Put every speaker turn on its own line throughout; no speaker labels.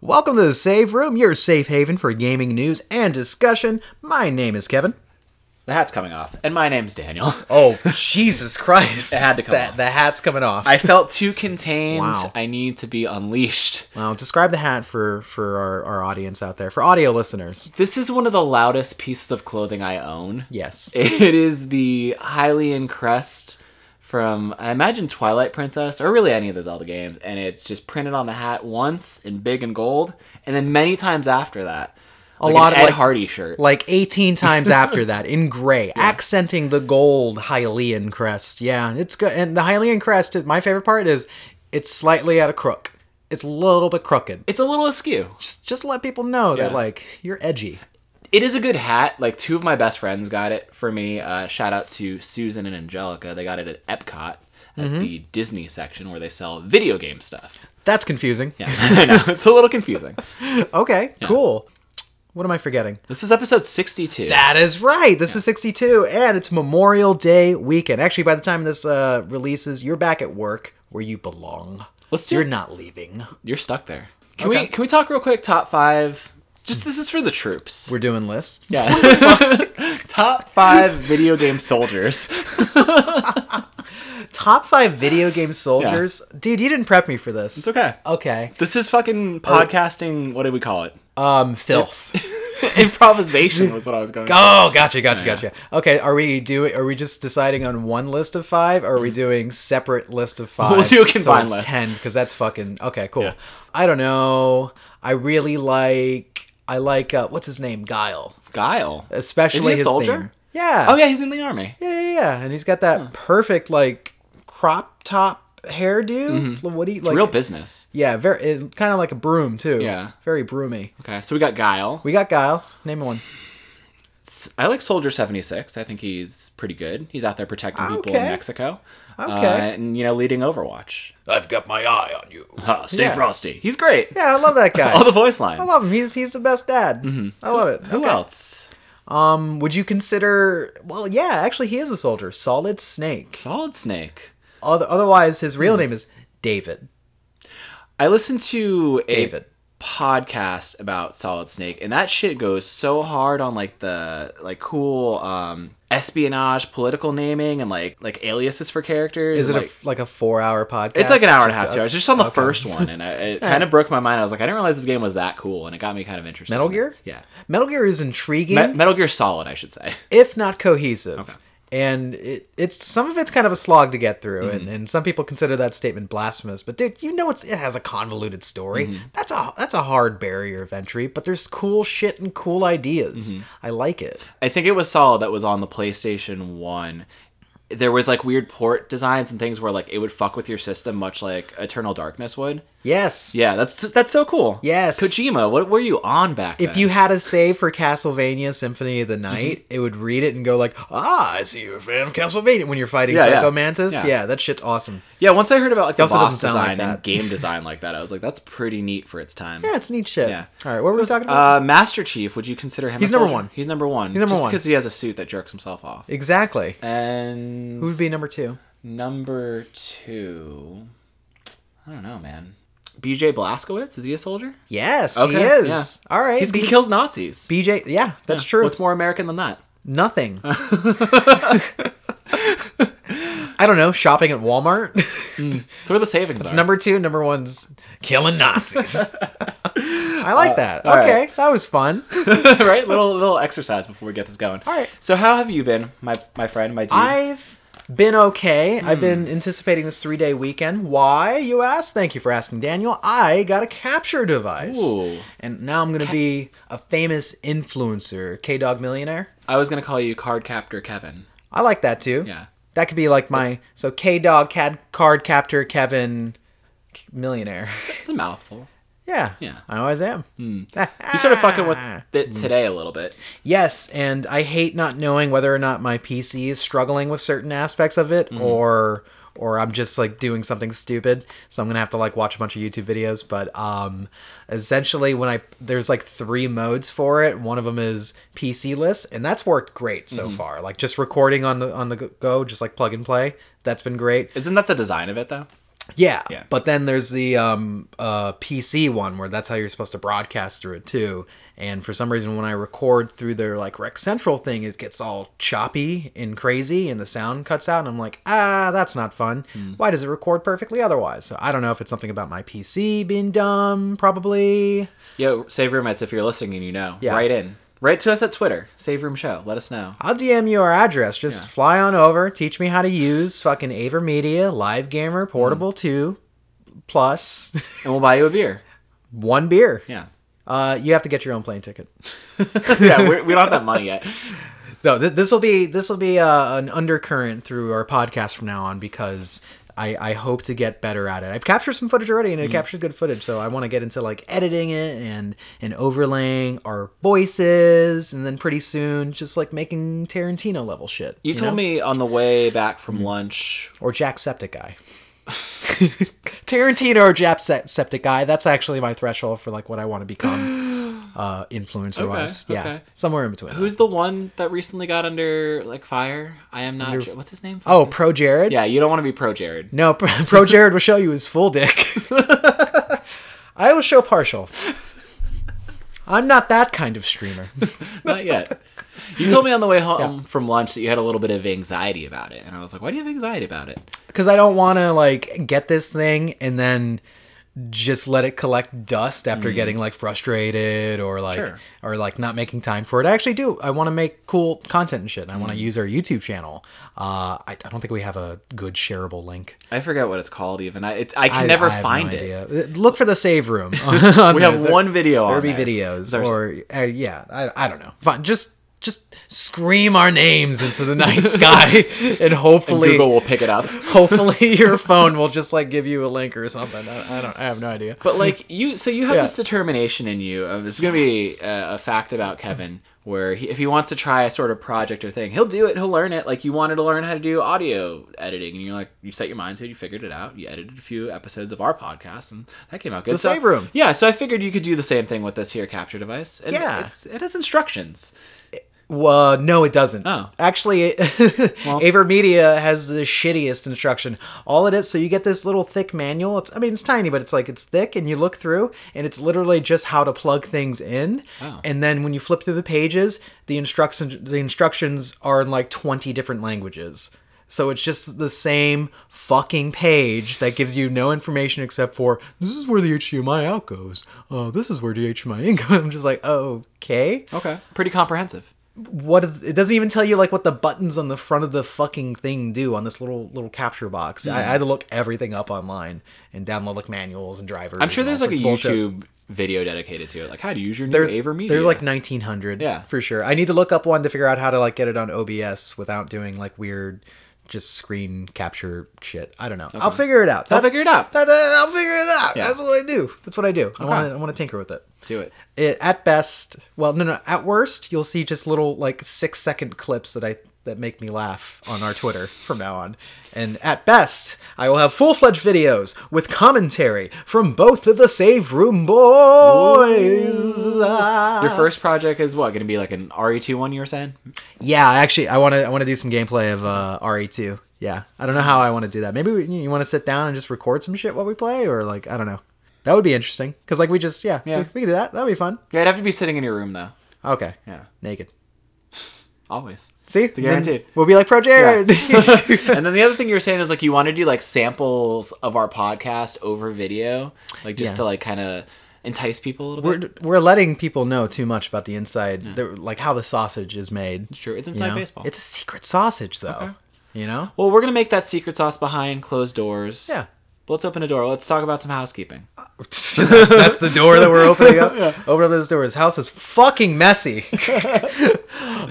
Welcome to the Save Room, your safe haven for gaming news and discussion. My name is Kevin.
The hat's coming off, and my name's Daniel.
Oh, Jesus Christ.
It had to come
the,
off.
the hat's coming off.
I felt too contained.
Wow.
I need to be unleashed.
Wow, describe the hat for, for our, our audience out there, for audio listeners.
This is one of the loudest pieces of clothing I own.
Yes.
It is the Hylian crest from I imagine Twilight Princess or really any of the Zelda games, and it's just printed on the hat once in big and gold, and then many times after that. A
lot of,
Ed
like-
Hardy shirt.
like 18 times after that in gray, accenting the gold Hylian crest. Yeah, it's good. And the Hylian crest, is- my favorite part is it's slightly at a crook. It's a little bit crooked.
it's a little askew.
Just, just let people know that,
Yeah.
like, you're edgy.
It is a good hat. Like two of my best friends got it for me. Uh, shout out to Susan and Angelica. They got it at Epcot at the Disney section where they sell video game stuff.
That's confusing.
Yeah, I know it's a little confusing.
Okay, cool. What am I forgetting?
This is episode sixty-two.
That is right. This is 62, and it's Memorial Day weekend. Actually, by the time this uh, releases, you're back at work where you belong.
Let's do
You're
it.
not leaving.
You're stuck there. Can
Okay.
we can we talk real quick? Top five. Just this is for the troops.
We're doing lists.
Yeah. Top five video game soldiers.
Top five video game soldiers. Dude, you didn't prep me for this.
It's okay.
Okay.
This is fucking podcasting. What do we call it?
Um, filth.
Improvisation was what I was going. to
oh, gotcha, gotcha, gotcha. Okay, are we doing? Are we just deciding on one list of five? Or are we doing separate list of five?
Mm-hmm. We'll do a
so
combined
it's
list.
Ten, because that's fucking okay. Cool. I don't know. I really like. I like uh, what's his name, Guile,
Guile.
especially
Is he a
his
soldier?
theme. Yeah.
Oh yeah, he's in the army.
Yeah, yeah, yeah. And he's got that perfect like crop top hairdo. What do you like?
Mm-hmm. Real business.
Yeah, very it, kind of like a broom too.
Yeah.
very broomy.
Okay, so we got Guile.
We got Guile. Name one.
S- I like Soldier 76. I think he's pretty good. He's out there protecting people in
Okay.
Mexico. Uh,
Okay.
and, you know, leading Overwatch.
I've got my eye on you.
Huh, stay
Yeah.
frosty. He's great.
Yeah, I love that guy.
All the voice lines.
I love him. He's he's the best dad.
Mm-hmm.
I love it.
Who
Okay.
else?
Um, would you consider? Well, yeah, actually, he is a soldier. Solid Snake.
Solid Snake.
Oth- otherwise, his
Hmm.
real name is David.
I listened to a
David.
podcast about Solid Snake, and that shit goes so hard on like the like cool um espionage, political naming, and like like aliases for characters.
Is it
and,
a
like,
f like a four hour podcast?
It's like an hour and a
Just
half,
a-
two hours. Just on the first one, and I, it kind of broke my mind. I was like, I didn't realize this game was that cool, and it got me kind of interested.
Metal Gear?
Yeah.
Metal Gear is intriguing,
Me- Metal Gear Solid, I should say.
if not cohesive. And it, it's some of it's kind of a slog to get through,
Mm-hmm.
and, and some people consider that statement blasphemous. But dude, you know it's it has a convoluted story.
Mm-hmm.
That's a that's a hard barrier of entry. But there's cool shit and cool ideas.
Mm-hmm.
I like it.
I think it was Solid that was on the PlayStation One. There was like weird port designs and things where like it would fuck with your system, much like Eternal Darkness would.
Yes.
Yeah, that's that's so cool.
Yes.
Kojima, what were you on back then?
If you had a save for Castlevania Symphony
Mm-hmm.
of the Night, it would read it and go like, "Ah, I see you're a fan of Castlevania." When you're fighting
Yeah, yeah.
Psycho Mantis,
Yeah.
yeah. that shit's awesome.
yeah, once I heard about like the
also
boss
doesn't sound like
design and
that.
game design like that, I was like, that's pretty neat for its time.
Yeah, it's neat shit.
Yeah.
All right, what were we talking about?
Uh, Master Chief, would you consider him?
He's
a
number
soldier?
one.
He's number one.
He's number
just
one.
because he has a suit that jerks himself off.
exactly.
And
Who would be number two?
number two? I don't know, man. B.J. Blazkowicz is he a soldier?
Yes, he
Okay,
is. All right,
He's, he
B-
kills Nazis.
BJ. Yeah, that's true.
What's more American than that?
Nothing. I don't know. Shopping at Walmart.
It's where the savings are.
number two, number one's killing Nazis. I like that.
Uh, all
Okay, that was fun.
right? Little little exercise before we get this going.
All right.
So how have you been, my my friend, my dude?
I've been okay. I've been
Hmm.
anticipating this three day weekend. Why, you ask? Thank you for asking, Daniel. I got a capture device.
Ooh.
And now I'm going to be a famous influencer, K Dog Millionaire.
I was gonna call you card captor Kevin.
I like that too.
Yeah.
That could be like my. So K Dog, Cad, Card Captor, Kevin, K- Millionaire.
It's a mouthful.
Yeah.
Yeah. Hmm.
I always am.
You started fucking with
Ah.
it today a little bit.
Yes, and I hate not knowing whether or not my PC is struggling with certain aspects of it or or I'm just like doing something stupid. So I'm going to have to like watch a bunch of YouTube videos, but um essentially when I there's like three modes for it. One of them is PC-less and that's worked great so far. Like just recording on the on the go, just like plug and play. That's been great.
Isn't that the design of it though?
Yeah.
Yeah.
But then there's the um, uh, PC one where that's how you're supposed to broadcast through it too. And for some reason, when I record through their like Rec Central thing, it gets all choppy and crazy, and the sound cuts out. And I'm like, ah, that's not fun.
Hmm.
Why does it record perfectly otherwise? So I don't know if it's something about my PC being dumb, probably.
Yo, Save Roommates, if you're listening and you know,
Yeah.
write in. Write to us at Twitter, Save Room Show. Let us know.
I'll DM you our address. Just
Yeah.
fly on over. Teach me how to use fucking AverMedia, Live Gamer,
Hmm.
Portable 2, plus
And we'll buy you a beer.
one beer.
Yeah.
Uh, you have to get your own plane ticket.
yeah, we're, we don't have that money yet.
No, th- this will be this will be uh, an undercurrent through our podcast from now on because I, I hope to get better at it. I've captured some footage already,
Mm.
and it captures good footage. So I want to get into like editing it and and overlaying our voices, and then pretty soon just like making Tarantino level shit.
You, told
know?
me on the way back from lunch.
or Jacksepticeye. Tarantino or Jacksepticeye. That's actually my threshold for like what I want to become, uh, influencer wise.
Okay,
Yeah,
okay.
somewhere in between.
Who's the one that recently got under like fire? I am not. sure. What's his name?
oh, Pro Jared.
yeah. You don't want to be pro Jared.
No, Pro Pro Jared will show you his full dick. I will show partial. I'm not that kind of streamer.
Not yet. You told me on the way home from lunch that you had a little bit of anxiety about it, and I was like, "Why do you have anxiety about it?"
Because I don't want to, like, get this thing and then just let it collect dust after getting, like, frustrated or, like,
Mm. Sure.
or, like, not making time for it. I actually do. I want to make cool content and shit. And I
Mm.
want to use our YouTube channel. Uh, I, I don't think we have a good shareable link.
I forget what it's called even. I it's, I can
I-
never
I have no
find it.
idea. Look for the save room.
We have one video on
There be
there.
videos
There's-
or uh, yeah, I, I don't know. Fine, just just scream our names into the night sky, and hopefully,
Google will pick it up.
hopefully your phone will just like give you a link or something. I, I don't. I have no idea.
But like you, so you have
Yeah.
this determination in you. Of, it's gonna be uh, a, a fact about Kevin, where he, if he wants to try a sort of project or thing, he'll do it. He'll learn it. Like you wanted to learn how to do audio editing, and you're like, you set your mind to it. You figured it out. You edited a few episodes of our podcast, and that came out good.
The
So-
save room.
Yeah, so I figured you could do the same thing with this here capture device. And
Yeah.
it's, it has instructions.
Well, no, it doesn't.
Oh.
Actually, it, AverMedia has the shittiest instruction. All it is, so you get this little thick manual. It's, I mean, it's tiny, but it's like it's thick, and you look through, and it's literally just how to plug things in.
Oh.
And then when you flip through the pages, the instructions the instructions are in like twenty different languages. So it's just the same fucking page that gives you no information except for this is where the HDMI out goes. Uh, this is where the HDMI in goes. I'm just like, okay
Okay, pretty comprehensive.
what are the- it doesn't even tell you like what the buttons on the front of the fucking thing do on this little little capture box. I, I had to look everything up online and download like manuals and drivers.
I'm sure there's like a YouTube video dedicated to it, like how to use your new Aver Media.
There's like 1900.
Yeah.
for sure. I need to look up one to figure out how to like get it on OBS without doing like weird, just screen capture shit. I don't know. I'll figure it out.
I'll figure it out.
That- that- I'll figure it out.
Yeah.
That's what I do. That's what I do. I want to. I want to tinker with it
Do it.
it at best well no no at worst you'll see just little like six second clips that i that make me laugh on our twitter from now on and at best i will have full-fledged videos with commentary from both of the save room boys Uh,
Your first project is what? Going to be like an RE2 one you were saying?
yeah actually i want to i want to do some gameplay of uh re2 yeah i don't know how i want to do that maybe we, you want to sit down and just record some shit while we play or like i don't know that would be interesting because like we just yeah yeah
Yeah.
we, we could do that that'd be fun
Yeah, it'd have to be sitting in your room though.
okay
Yeah,
naked
always.
See, it's
a guarantee.
We'll be like Pro Jared.
and then the other thing you were saying is like you want to do like samples of our podcast over video, like just
Yeah.
to like kind of entice people a little bit.
we're we're letting people know too much about the inside, the, like how the sausage is made. It's
true. It's inside baseball.
It's a secret sausage, though. You know.
Well, we're gonna make that secret sauce behind closed doors.
Yeah.
Let's open a door. Let's talk about some housekeeping.
That's the door that we're opening up. Open up this door. His house is fucking messy.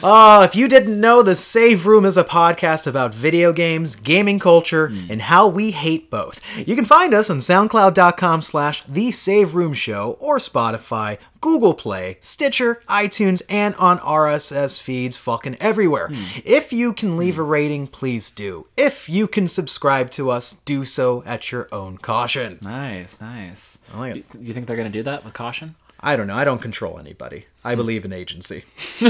Oh, if you didn't know, The Save Room is a podcast about video games, gaming culture, and how we hate both. You can find us on soundcloud.com slash The Save Room Show or Spotify, Google Play, Stitcher, iTunes, and on RSS feeds fucking everywhere. If you can leave a rating, please do. If you can subscribe to us, do so at your own caution.
Nice, nice. I
like it.
You, you think they're gonna do that with caution? Hmm.
I don't know. I don't control anybody. I believe in agency.
We're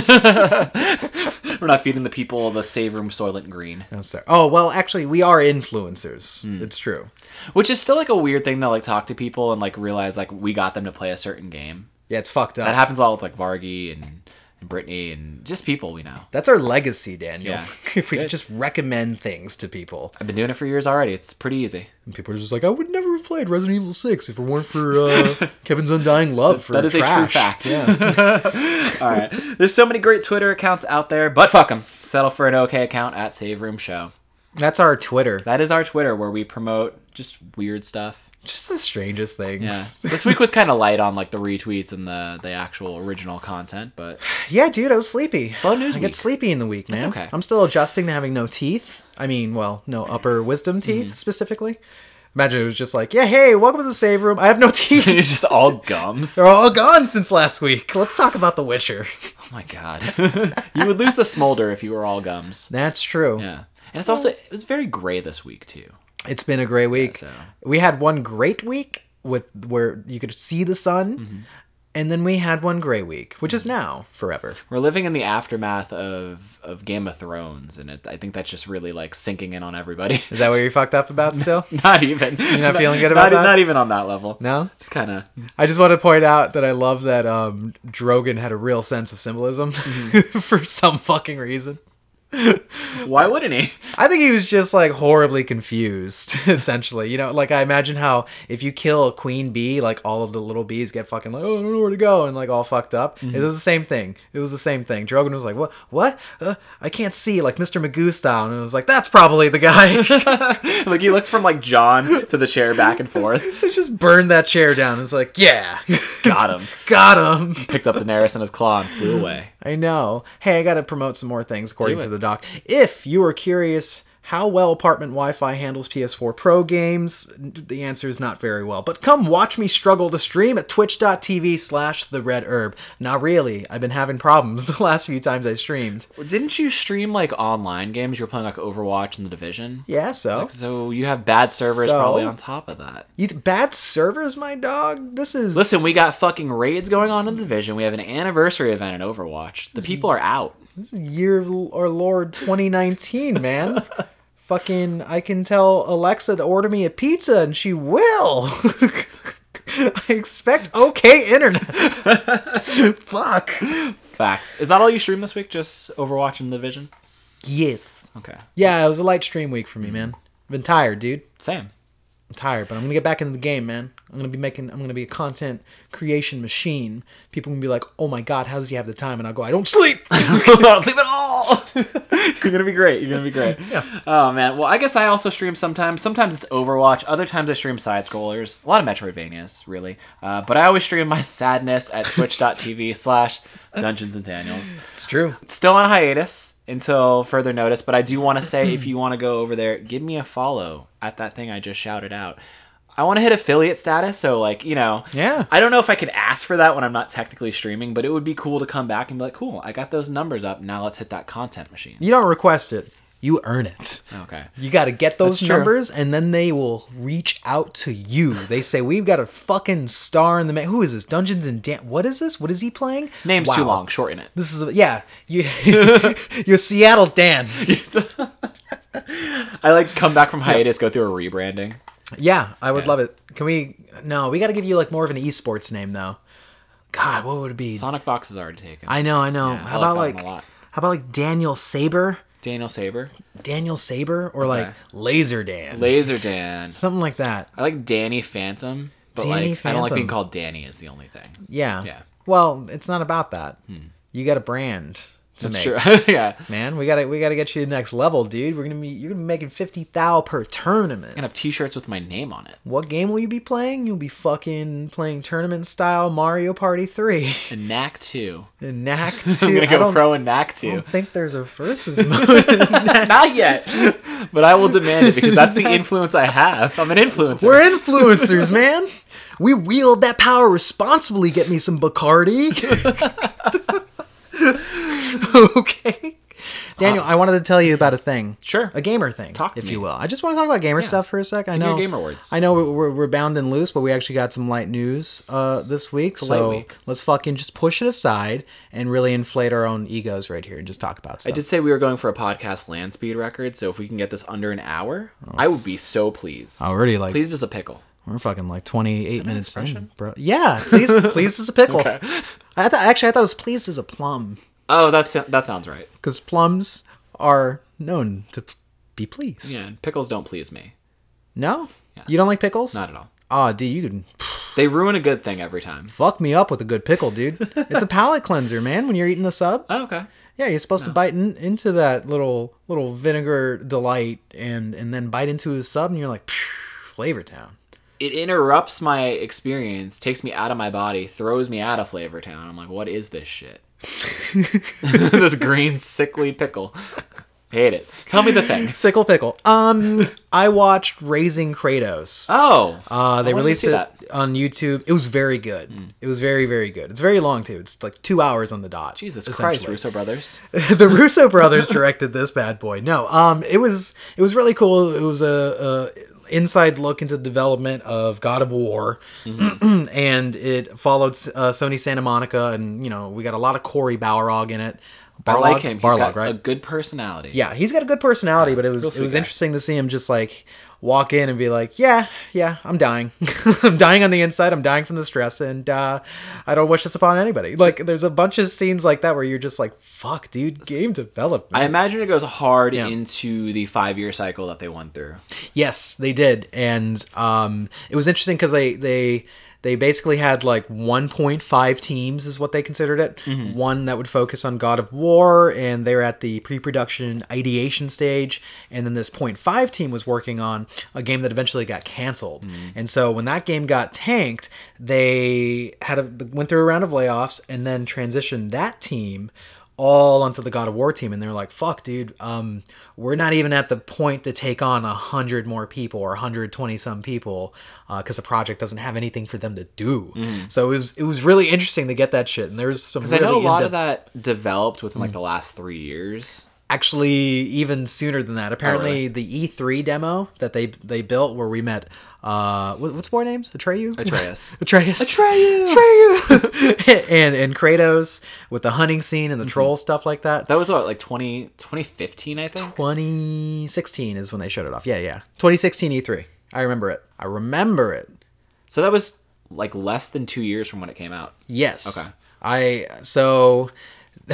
not feeding the people the Savorum Soylent Green,
No, sir. Oh well, actually, we are influencers.
Hmm.
It's true.
which is still like a weird thing to like talk to people and like realize like we got them to play a certain game.
Yeah, it's fucked up.
That happens a lot with like Vargy and, and Brittany and just people we know.
That's our legacy, Daniel.
Yeah.
if we
Good.
could just recommend things to people,
I've been doing it for years already. It's pretty easy.
and people are just like, "I would never have played Resident Evil Six if it weren't for uh, Kevin's undying love for
that is a true
trash."
fact.
Yeah.
All right. There's so many great Twitter accounts out there, but fuck them. Settle for an okay account at Save Room Show.
That's our Twitter.
That is our Twitter where we promote just weird stuff.
Just the strangest
Yeah.
things.
this week was kind of light on like the retweets and the the actual original content, but
Yeah, dude, I was sleepy.
Slow news
I
week.
get sleepy in the week, man.
okay.
I'm still adjusting to having no teeth. I mean, well, no upper wisdom
Mm-hmm.
teeth specifically. Imagine it was just like, yeah, hey, welcome to the save room. I have no teeth.
it's just all gums.
They're all gone since last week. Let's talk about The Witcher.
Oh my god. you would lose the smolder if you were all gums.
That's true.
Yeah. And it's also it was very gray this week too.
It's been a great week.
so-
We had one great week with where you could see the sun,
Mm-hmm.
and then we had one gray week, which is now forever.
We're living in the aftermath of of Game of Thrones and it, I think that's just really like sinking in on everybody.
Is that what you're fucked up about still?
not even. You're
not feeling good about
not, e-
that?
Not even on that level.
No?
Just kind of.
I just want to point out that I love that um, Drogon had a real sense of symbolism
Mm-hmm.
for some fucking reason.
Why wouldn't he?
I think he was just like horribly confused, essentially. You know, like I imagine how if you kill a queen bee, like all of the little bees get fucking like, oh, I don't know where to go, and like all fucked up.
Mm-hmm.
It was the same thing. It was the same thing. Drogon was like, what? What? Uh, I can't see, like Mr. Magoo style. And it was like, that's probably the guy.
like he looked from like John to the chair back and forth.
just burned that chair down. It's like, yeah.
Got him.
Got him.
Picked up Daenerys in his claw and flew away.
I know. Hey, I got to promote some more things according
Do
to
it.
the doc. If you are curious how well apartment Wi-Fi handles PS4 Pro games, the answer is not very well. But come watch me struggle to stream at twitch.tv slash the red herb. Not really. I've been having problems the last few times I streamed.
Didn't you stream like online games? You were playing like Overwatch and The Division.
Yeah, so
So you have bad servers
So?
probably on top of that.
you bad servers, my dog. This is
Listen, we got fucking raids going on in the division. We have an anniversary event in Overwatch. The people are out.
this is year of our Lord 2019, man. Fucking, I can tell Alexa to order me a pizza, and she will. I expect okay internet. Fuck.
Facts. Is that all you streamed this week? Just Overwatch and The Division?
Yes.
Okay.
Yeah, it was a light stream week for me, man. I've been tired, dude.
Same.
I'm tired, but I'm gonna get back into the game, man. I'm gonna be making. I'm gonna be a content creation machine. People can be like, "Oh my god, how does he have the time?" And I'll go, "I don't sleep."
I don't sleep at all. You're gonna be great. You're gonna be great. Oh man. Well, I guess I also stream sometimes. Sometimes it's Overwatch. Other times I stream side scrollers. A lot of Metroidvanias, really. Uh, but I always stream my sadness at Twitch.tv/slash Dungeons and Daniels.
it's true.
Still on hiatus until further notice. But I do want to say, if you want to go over there, give me a follow at that thing I just shouted out. I want to hit affiliate status, so like you know,
Yeah.
I don't know if I can ask for that when I'm not technically streaming, but it would be cool to come back and be like, cool, I got those numbers up. Now let's hit that content machine.
You don't request it. You earn it.
Okay.
You got to get those
That's true.
numbers, and then they will reach out to you. They say, "We've got a fucking star in the man. Who is this? Dungeons and Dan? What is this? What is he playing?
Name's too
Wow.
long. Shorten it.
This is a, yeah. You, you're Seattle Dan.
I like come back from hiatus, go through a rebranding.
Yeah, I would love it. Can we? No, we got to give you like more of an esports name though. God, what would it be?
Sonic Fox is already taken.
I know, I know.
Yeah, I
how about
like that
like,
one a
how
lot.
about like Daniel Saber,
Daniel Saber,
Daniel Saber, or like Laser Dan,
Laser Dan.
something like that.
I like Danny Phantom, but
Danny
like I don't like
Phantom.
being called Danny is the only thing.
Yeah.
Yeah. Hmm.
Well, it's not about that. You got a brand to make.
Sure. yeah. I'm
Man, we gotta we gotta get you to the next level, dude. We're gonna be you're gonna be making fifty thou per tournament.
gonna have T-shirts with my name on it
What game will you be playing? You'll be fucking playing tournament style Mario Party three.
and Knack Two.
And Knack
I'm
two.
gonna
I
go
don't,
pro and Knack
I
Two.
don't think there's a versus mode.
Not yet,
Oh.
but I will demand it because that's the influence I have. I'm an influencer.
We're influencers, man. We wield that power responsibly. Get me some Bacardi. okay. Daniel, I wanted to tell you about a thing.
Sure.
A gamer thing,
Talk to
if
me.
you will. I just want to talk about gamer stuff for a sec. I
me your
know
gamer words.
I know we- we're, we're bound and loose, but we actually got some light news uh, this week.
light
So
week.
let's fucking just push it aside and really inflate our own egos right here and just talk about stuff.
I did say we were going for a podcast land speed record, so if we can get this under an hour,
Oh.
I would be so pleased.
already like
Pleased as a pickle.
We're fucking like 28 minutes in, bro. Yeah, please, please is a pickle. I thought actually I thought it was pleased as a plum
Oh, that's that sounds right.
because plums are known to p- be pleased.
Yeah, and pickles don't please me.
No, you don't like pickles?
Not at all.
Oh, dude, you can
They ruin a good thing every time.
fuck me up with a good pickle, dude. it's a palate cleanser, man. When you're eating a sub,
Oh, okay.
yeah, you're supposed to bite in, into that little little vinegar delight and and then bite into a sub, and you're like, "Phew, flavor town.
It interrupts my experience, takes me out of my body, throws me out of Flavor Town. I'm like, what is this shit? this green sickly pickle. Hate it. Tell me the thing.
Sickle pickle. Um, I watched Raising Kratos.
Oh,
Uh,
I wanted
they
to
released
see
it
that. Hmm.
on YouTube. It was very good. It was very, very good. It's very long too. It's like two hours on the dot.
Jesus
essentially.
Christ, Russo brothers.
the Russo brothers directed this bad boy. No, um, it was it was really cool. It was a, a inside look into the development of God of War,
Mm-hmm.
and it followed uh, Sony Santa Monica, and you know we got a lot of Corey Balrog in it.
I
Barlog?
like him. He's
Barlog,
got
right?
a good personality.
yeah, he's got a good personality, but it was it
sweet
was
guy.
interesting to see him just like walk in and be like, "Yeah, yeah, I'm dying. I'm dying on the inside. I'm dying from the stress, and uh, I don't wish this upon anybody." Like, there's a bunch of scenes like that where you're just like, "Fuck, dude, game development."
I imagine it goes hard into the five year cycle that they went through.
Yes, they did, and um, it was interesting because they they they basically had like 1.5 teams is what they considered it. One that would focus on God of War, and they were at the pre-production ideation stage, and then this 0.5 team was working on a game that eventually got canceled. And so when that game got tanked, they had a, went through a round of layoffs, and then transitioned that team all onto the God of War team, and they're like, "Fuck, dude, um, we're not even at the point to take on a hundred more people or 120 some people because the project doesn't have anything for them to do." So it was it was really interesting to get that shit, and there's some really
Because Mm-hmm. I know a lot
in-depth-
of that developed within
Mm.
like the last three years.
actually even sooner than that.
Oh,
Apparently, the E3 demo that they they built where we met uh, what- what's more names Atreyu
Atreus.
Atreus.
Atreyu!
Atreyu! and and Kratos with the hunting scene
Mm-hmm.
and the troll stuff like that.
That was what, like 20, 2015, I think?
2016 is when they shut it off. Yeah, yeah. 2016 E3. I remember it. I remember it.
So that was like less than two years from when it came out.
Yes. Okay. I so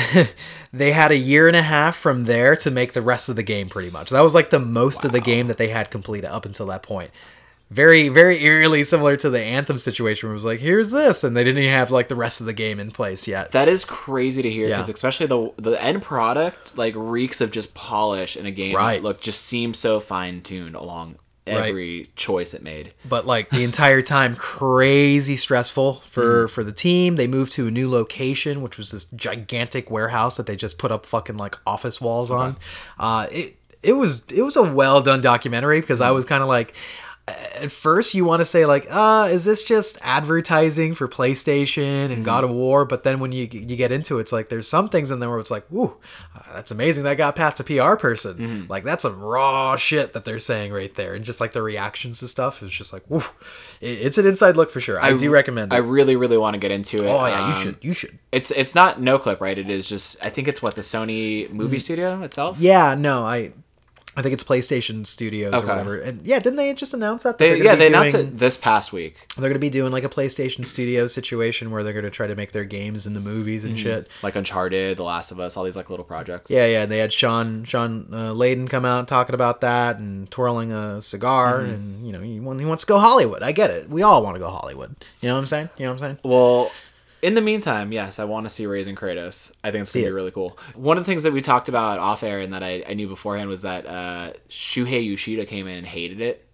they had a year and a half from there to make the rest of the game pretty much. That was like the most of the game that they had complete up until that point. Very, very eerily similar to the Anthem situation where it was like, here's this, and they didn't even have like the rest of the game in place yet.
That is crazy to hear because
Yeah.
especially the the end product like reeks of just polish in a game.
Right.
That, look, just seems so fine tuned along
Right.
every choice it made.
but like the entire time crazy stressful for for the team they moved to a new location which was this gigantic warehouse that they just put up fucking like office walls on uh it it was it was a well done documentary because i was kind of like at first you want to say like uh is this just advertising for playstation and
Mm-hmm.
god of war but then when you you get into it it's like there's some things in there where it's like whoo that's amazing that got past a pr person
Mm-hmm.
like that's some raw shit that they're saying right there and just like the reactions to stuff is just like whoo it, it's an inside look for sure i, do recommend
I
it
really, really want to get into it.
Mm-hmm. oh yeah you
Um,
should you should
It's it's not no clip, right? It is just I think it's what the Sony movie studio itself.
Mm. yeah no i i think it's playstation studios
Okay.
or whatever and yeah didn't they just announce that, that
They,
they're gonna
yeah,
be
they announced
doing-
it this past week.
they're going to be doing like a PlayStation Studio situation where they're going to try to make their games in the movies and shit.
Like Uncharted, The Last of Us, all these like little projects.
Yeah, yeah. They had Sean Sean uh, Layden come out talking about that and twirling a cigar, and you know he, want- he wants to go Hollywood. I get it. We all want to go Hollywood. You know what I'm saying? You know what I'm saying?
Well, in the meantime, yes, I want to see Raising Kratos. I think it's gonna
it.
be really cool. One of the things that we talked about off air and that I, I knew beforehand was that uh, Shuhei Yoshida came in and hated it.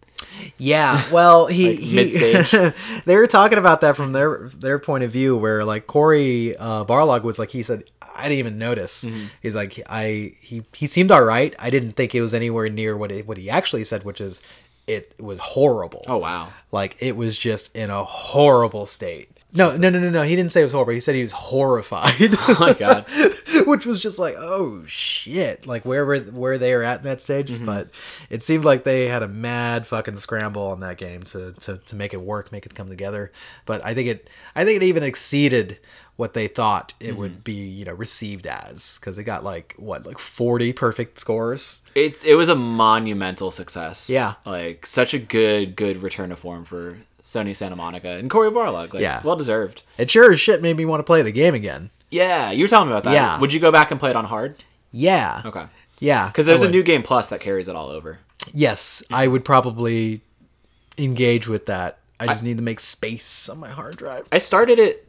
Yeah. Well, he,
Like,
he-
mid-stage.
they were talking about that from their their point of view, where like Corey uh, Barlog was like, he said, I didn't even notice.
Mm-hmm.
He's like, I he he seemed all right. I didn't think it was anywhere near what it, what he actually said, which is, it was horrible.
Oh wow,
Like it was just in a horrible state. No, no, no, no, no. He didn't say it was horrible. He said he was horrified.
Oh my god.
which was just like oh shit like where were where they were at in that stage
Mm-hmm.
but it seemed like they had a mad fucking scramble on that game to, to to make it work make it come together but i think it i think it even exceeded what they thought it
Mm-hmm.
would be you know received as because it got like what like 40 perfect scores
It it was a monumental success.
Yeah.
Like such a good good return to form for Sony Santa Monica and Corey Barlog. Like
Yeah.
well deserved.
it sure as shit made me want to play the game again
Yeah, you were telling me about that.
Yeah.
Would you go back and play it on hard?
yeah
Okay.
yeah
Because there's a new game plus that carries it all over.
yes i would probably engage with that i just need to make space on my hard drive
I started it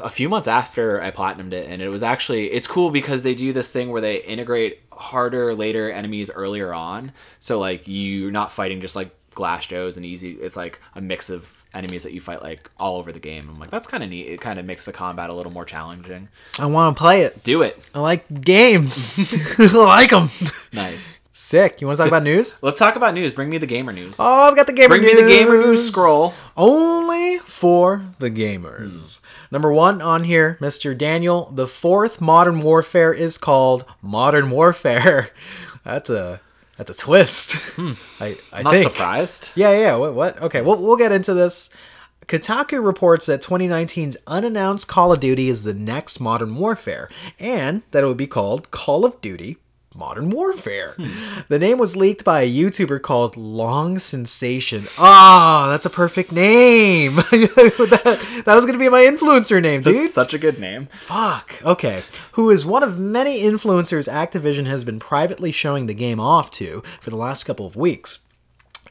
a few months after I platinumed it, and it was actually it's cool because they do this thing where they integrate harder later enemies earlier on. So like you're not fighting just like glass joes and easy. It's like a mix of enemies that you fight like all over the game. I'm like that's kind of neat. It kind of makes the combat a little more challenging.
i want to play it
Do it.
I like games. I like them.
Nice.
Sick. You want to talk about news?
Let's talk about news. Bring me the gamer news.
Oh, I've got the gamer
Bring
news.
me the gamer news scroll.
Only for the gamers.
Hmm.
Number one on here, Mr. Daniel. The fourth Modern Warfare is called Modern Warfare. That's a that's a twist. I, I
Hmm. Not
think.
surprised.
Yeah, yeah. What? what? Okay, we'll, we'll get into this. Kotaku reports that 2019's unannounced Call of Duty is the next Modern Warfare, and that it would be called Call of Duty Modern Warfare. The name was leaked by a YouTuber called Long Sensation. Ah, that's a perfect name. that, that was going to be my influencer name, dude.
It's such a good name.
Fuck. Okay. Who is one of many influencers Activision has been privately showing the game off to for the last couple of weeks.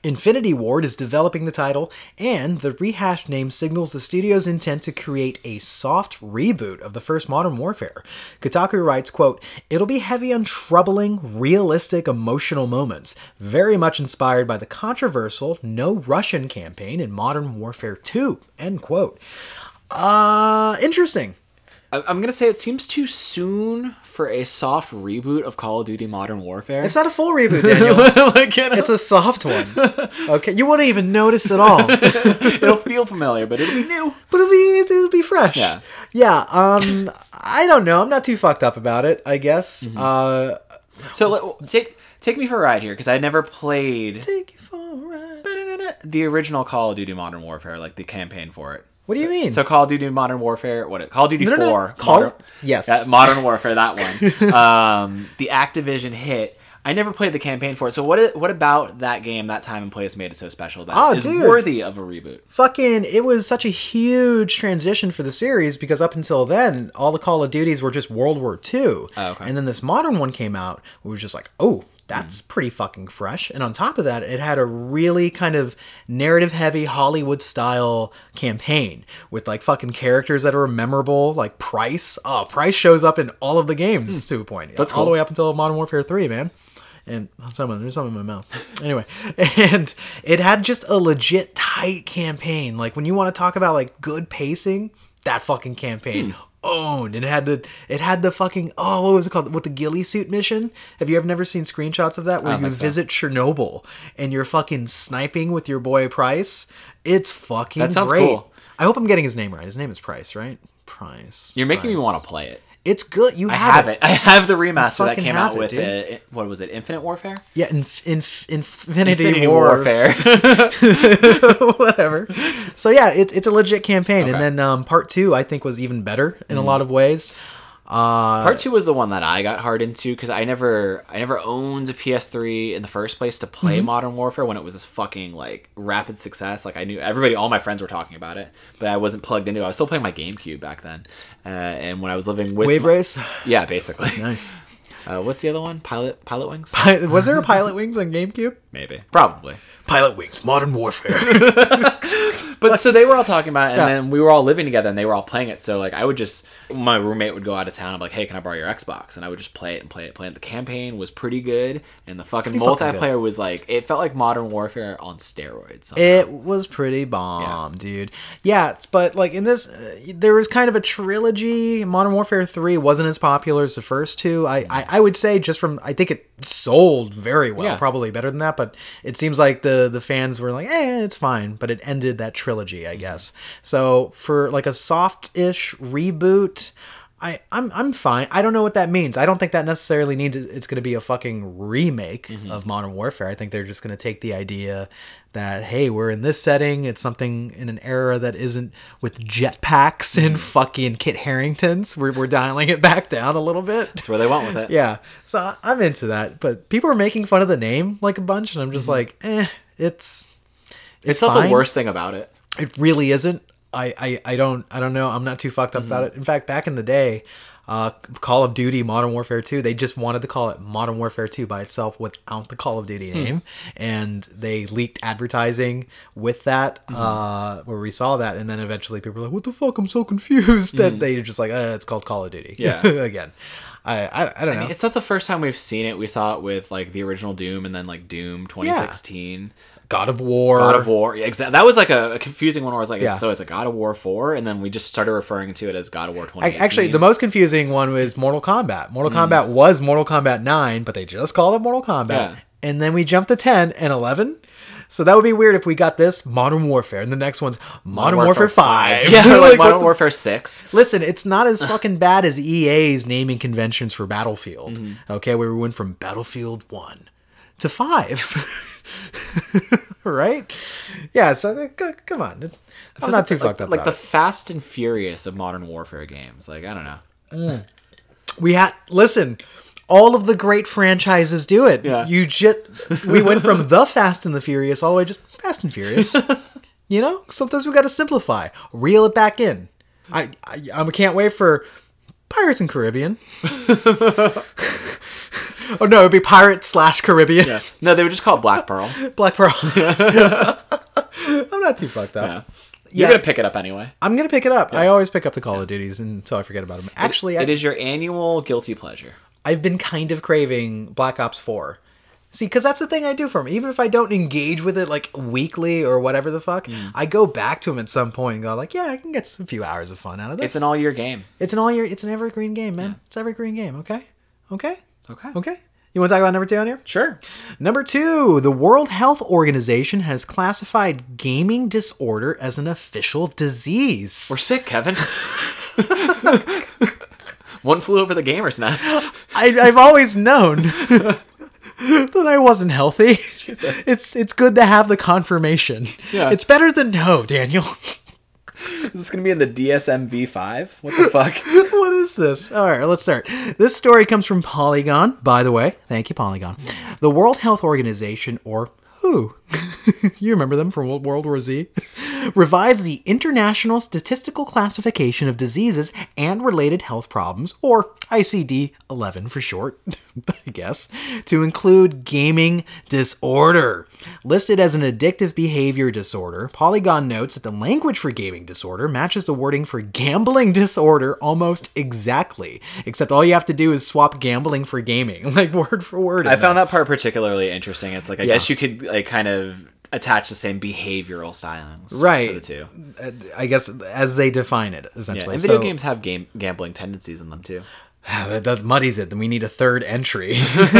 Infinity Ward is developing the title, and the rehashed name signals the studio's intent to create a soft reboot of the first Modern Warfare. Kotaku writes, quote, It'll be heavy on troubling, realistic, emotional moments, very much inspired by the controversial No Russian campaign in Modern Warfare 2, end quote. Uh, interesting.
I- I'm gonna say it seems too soon for a soft reboot of Call of Duty Modern Warfare.
It's not a full reboot, Daniel.
like, you know?
it's a soft one. Okay, you won't even notice at all, but
it'll feel familiar, but it'll be new.
it'll be it'll be fresh.
Yeah.
Yeah. Um, I don't know. I'm not too fucked up about it. I guess. Uh,
So let, take take me for a ride here because I never played
take you for a ride.
the original Call of Duty Modern Warfare, like the campaign for it.
What do you mean?
So Call of Duty Modern Warfare, what it- Call of Duty
No, no, no.
Four,
Call-
Modern-
yes.
yeah, Modern Warfare, that one. um, the Activision hit. I never played the campaign for it. So what? i- What about that game, that time and place, made it so special that
Oh,
is
dude.
worthy of a reboot?
Fucking! It was such a huge transition for the series because up until then, all the Call of Duties were just World War II,
Oh, okay. Mm-hmm.
and then this modern one came out. It was just like, oh. That's pretty fucking fresh. And on top of that, it had a really kind of narrative heavy Hollywood style campaign with like fucking characters that are memorable, like Price. Oh, Price shows up in all of the games to a point. That's all the
Hmm. cool.
way up until Modern Warfare 3, man. And oh, someone, there's something in my mouth. Anyway, and it had just a legit tight campaign. Like when you want to talk about like good pacing, that fucking campaign
Hmm.
owned. And it had the it had the fucking oh what was it called with the ghillie suit mission? Have you ever never seen screenshots of that where you
think so.
visit Chernobyl and you're fucking sniping with your boy Price? It's fucking
That sounds
great.
cool.
I hope I'm getting his name right. His name is Price, right? Price.
You're making me want to play it.
It's good. You
I have it. I have the remaster that
fucking
came out
have it,
with
dude.
it. What was it? Infinite Warfare.
Yeah, inf- inf- Infinity,
Infinity
Wars.
Warfare.
whatever. So yeah, it's it's a legit campaign, and
Okay.
then um, part two I think was even better in a lot of ways. Uh,
Part two was the one that I got hard into because I never, I never owned a PS3 in the first place to play
Mm-hmm.
Modern Warfare when it was this fucking like rapid success. Like I knew everybody, all my friends were talking about it, but I wasn't plugged into. it. I was still playing my GameCube back then, uh, and when I was living with,
Wave
my-
Race,
yeah, basically.
nice.
Uh, what's the other one? Pilot, Pilot Wings,
was there a Pilot Wings on GameCube?
maybe, probably.
Pilot Wings, Modern Warfare.
But so they were all talking about it, and then we were all living together, and they were all playing it. So like, I would just my roommate would go out of town. I'm like, hey, can I borrow your Xbox? And I would just play it and play it, play it. The campaign was pretty good, and the fucking
pretty fucking
multiplayer was like, it felt like Modern Warfare on steroids. somehow.
it was pretty bomb, dude. Yeah, but like in this, uh, there was kind of a trilogy. Modern Warfare Three wasn't as popular as the first two. I I, I would say just from I think it sold very well,
Yeah.
probably better than that. But it seems like the the fans were like, eh, it's fine. But it ended that trilogy, I guess. So for like a soft-ish reboot, I I'm I'm fine. I don't know what that means. I don't think that necessarily means it- it's going to be a fucking remake
Mm-hmm.
of Modern Warfare. I think they're just going to take the idea that hey, we're in this setting. It's something in an era that isn't with jetpacks
Mm-hmm.
and fucking Kit Harringtons. We're we're dialing it back down a little bit.
That's where they went with it.
Yeah. So I- I'm into that, but people are making fun of the name like a bunch, and I'm just like, eh, it's it's,
it's Mm-hmm. not
fine.
the worst thing about it.
It really isn't. I, I I don't I don't know. I'm not too fucked up
Mm-hmm.
about it. In fact, back in the day, uh, Call of Duty Modern Warfare 2, they just wanted to call it Modern Warfare 2 by itself without the Call of Duty
Hmm.
name, and they leaked advertising with that
Mm-hmm.
uh, where we saw that, and then eventually people were like, "What the fuck? I'm so confused." That they just like, uh, "It's called Call of Duty."
Mm. Yeah.
Again, I I, I don't know.
It's not the first time we've seen it. We saw it with like the original Doom and then like Doom 2016.
God of War.
God of War. Yeah, exactly. That was like a, a confusing one where I was like,
Yeah.
so it's a God of War 4, and then we just started referring to it as God of War 2018.
Actually, the most confusing one was Mortal Kombat. Mortal
Mm.
Kombat was Mortal Kombat 9, but they just called it Mortal Kombat.
Yeah.
And then we jumped to 10 and 11. So that would be weird if we got this Modern Warfare and the next one's Modern, Warfare, 5.
Yeah, like,
what
Modern
the-
Warfare 6.
Listen, it's not as fucking bad as EA's naming conventions for Battlefield.
Mm-hmm.
Okay, where we went from Battlefield 1 to 5. right? Yeah, so uh, c- come on. It's, I'm not too
like,
fucked up
Like
about it.
the Fast and Furious of Modern Warfare games. Like, I don't know.
We had listen. All of the great franchises do it.
Yeah.
You just we went from the Fast and the Furious all the way just Fast and Furious. you know, sometimes we got to simplify, reel it back in. I, I I can't wait for Pirates and Caribbean. oh no, it'd be Pirate slash Caribbean
No, they were just called Black Pearl.
Black Pearl. I'm not too fucked up. Yeah.
Yeah. You're going to pick it up anyway.
I'm gonna pick it up. I always pick up the Call of Duties until I forget about them. Actually, I,
It is your annual guilty pleasure.
I've been kind of craving Black Ops 4. See, because that's the thing I do for 'em. Even if I don't engage with it like weekly or whatever the fuck,
Mm.
I go back to them at some point and go like, yeah, I can get a few hours of fun out of this.
It's an all year game.
it's an all year. It's an evergreen game, man. It's an evergreen game. Okay, okay,
Okay.
okay. You want to talk about number two on here?
Sure.
Number two, the World Health Organization has classified gaming disorder as an official disease.
We're sick, Kevin. One flew over the gamer's nest.
I, I've always known that I wasn't healthy. It's it's good to have the confirmation.
Yeah.
It's better than no, Daniel.
Is this going to be in the DSMV 5? What the fuck?
what is this? All right, let's start. This story comes from Polygon, by the way. Thank you, Polygon. The World Health Organization, or WHO, you remember them from World World War Z, revised the International Statistical Classification of Diseases and Related Health Problems, or ICD 11 for short, I guess, to include gaming disorder. Listed as an addictive behavior disorder, Polygon notes that the language for gaming disorder matches the wording for gambling disorder almost exactly, except all you have to do is swap gambling for gaming, like word for word. in
I
there.
found that part particularly interesting. It's like, I guess you could like kind of attach the same behavioral styles
Right.
to the two.
Uh, I guess as they define it, essentially.
And video
So-
games have game gambling tendencies in them too.
that, that muddies it. Then we need a third entry,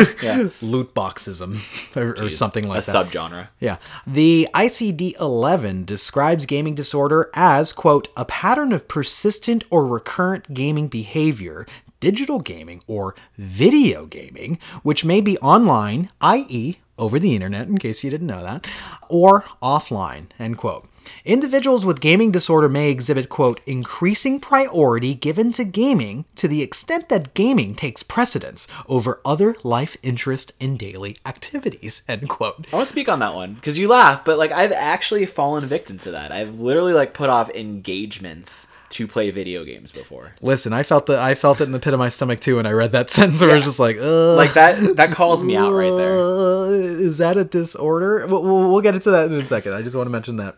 loot boxism, or, or something like
a
that.
subgenre.
Yeah. The ICD 11 describes gaming disorder as, quote, a pattern of persistent or recurrent gaming behavior, digital gaming, or video gaming, which may be online, i.e., over the internet, in case you didn't know that, or offline, end quote. Individuals with gaming disorder may exhibit, quote, increasing priority given to gaming to the extent that gaming takes precedence over other life interest and daily activities, end quote.
I want to speak on that one because you laugh, but like I've actually fallen victim to that. I've literally like put off engagements to play video games before.
Listen, I felt the I felt it in the pit of my stomach too when I read that sentence. Where I was just like, Ugh,
Like that that calls me out right there.
uh, is that a disorder? We'll, we'll, we'll get into that in a second. I just want to mention that.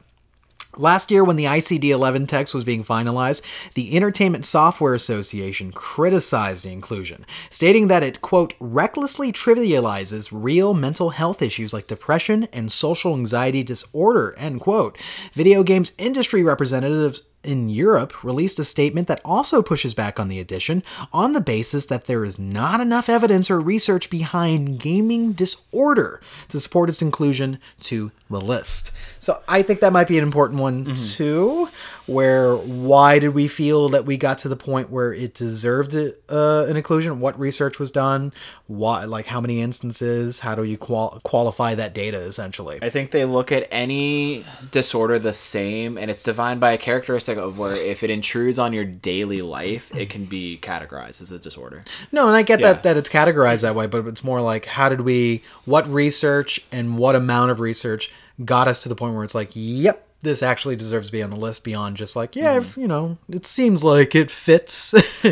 Last year, when the ICD 11 text was being finalized, the Entertainment Software Association criticized the inclusion, stating that it, quote, recklessly trivializes real mental health issues like depression and social anxiety disorder, end quote. Video games industry representatives in Europe released a statement that also pushes back on the edition on the basis that there is not enough evidence or research behind gaming disorder to support its inclusion to the list. So I think that might be an important one too, where why did we feel that we got to the point where it deserved uh, an inclusion? What research was done? Why, like how many instances? How do you qual- qualify that data essentially?
I think they look at any disorder the same, and it's defined by a characteristic of where if it intrudes on your daily life, it can be categorized as a disorder.
No, and I get
Yeah.
that that it's categorized that way, but it's more like how did we what research and what amount of research got us to the point where it's like, yep, this actually deserves to be on the list beyond just like, yeah, if, you know, it seems like it fits.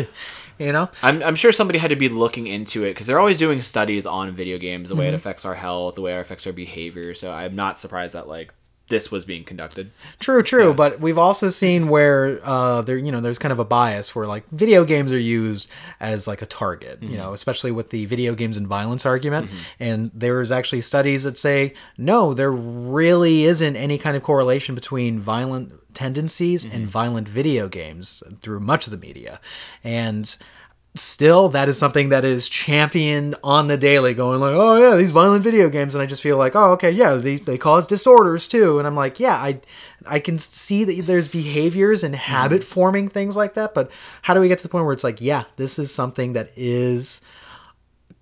you know?
I'm, I'm sure somebody had to be looking into it because they're always doing studies on video games, the way it affects our health, the way it affects our behavior. So I'm not surprised that like this was being conducted.
True, true, but we've also seen where uh, there, you know, there's kind of a bias where like video games are used as like a target, you know, especially with the video games and violence argument. And there's actually studies that say no, there really isn't any kind of correlation between violent tendencies and violent video games through much of the media, and still that is something that is championed on the daily going like oh yeah these violent video games and i just feel like oh okay yeah they, they cause disorders too and i'm like yeah i i can see that there's behaviors and habit forming things like that but how do we get to the point where it's like yeah this is something that is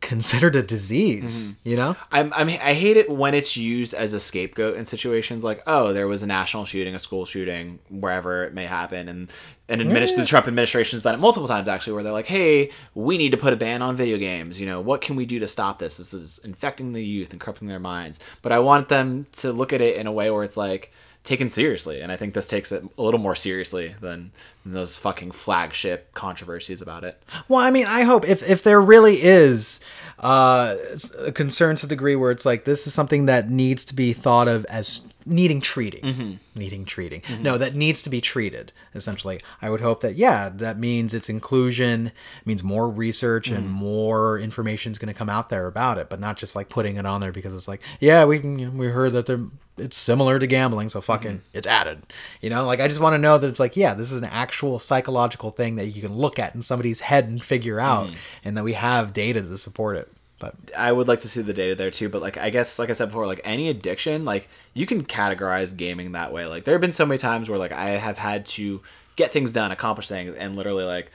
considered a disease you know
I'm, I'm I hate it when it's used as a scapegoat in situations like oh there was a national shooting, a school shooting, wherever it may happen, and and administ- the Trump administration's done it multiple times actually where they're like hey we need to put a ban on video games. You know what can we do to stop this? This is infecting the youth and corrupting their minds. But I want them to look at it in a way where it's like taken seriously, and I think this takes it a little more seriously than, than those fucking flagship controversies about it.
Well, I mean, I hope if if there really is uh, s- a concern to the degree where it's like this is something that needs to be thought of as needing treating, needing treating. No, that needs to be treated. Essentially, I would hope that yeah, that means its inclusion means more research and more information is going to come out there about it, but not just like putting it on there because it's like yeah, we can- you know, we heard that there it's similar to gambling, so fucking it's added. You know, like I just want to know that it's like, yeah, this is an actual psychological thing that you can look at in somebody's head and figure out, and that we have data to support it. But
I would like to see the data there too, but like I guess like I said before, like any addiction, like you can categorize gaming that way. Like there have been so many times where like I have had to get things done, accomplish things, and literally like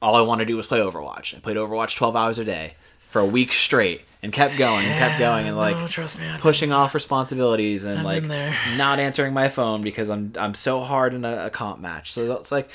all I want to do was play Overwatch. I played Overwatch twelve hours a day for a week straight and kept going and kept going and like
trust me, I
pushing off responsibilities and like
been there.
not answering my phone because I'm I'm so hard in a, a comp match. So it's like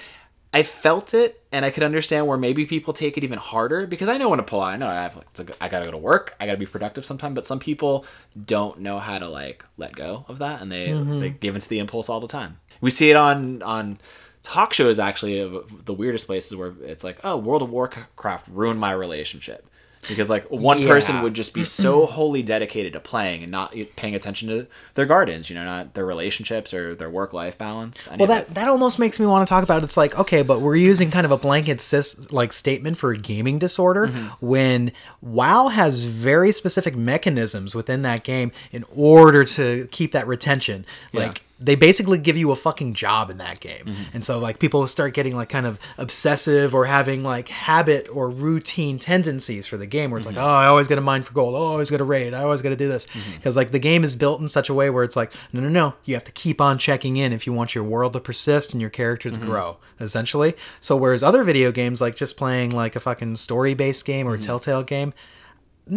I felt it and I could understand where maybe people take it even harder because I know when to pull out. I know I have like to go- I gotta go to work. I gotta be productive sometime. But some people don't know how to like let go of that and they
Mm-hmm.
they give into the impulse all the time. We see it on on talk shows actually of the weirdest places where it's like oh World of Warcraft ruined my relationship because like one person
Yeah.
would would just be so wholly dedicated to playing and not paying attention to their gardens, you know, not their relationships or their work life balance. any
Well,
of it.
that that almost makes me want to talk about. It's like okay, but we're using kind of a blanket sis, like statement for a gaming disorder when WoW has very specific mechanisms within that game in order to keep that retention. Like they basically give you a fucking job in that game, and so like people start getting like kind of obsessive or having like habit or routine tendencies for the game where it's
Mm-hmm.
like oh I always got to mine for gold, oh I always got to raid, I always got to do this because like the game is built in such a way where it's like no no no you have to keep on checking in if you want your world to persist and your character
Mm-hmm.
to grow essentially so whereas other video games like just playing like a fucking story based game
Mm-hmm.
or a telltale game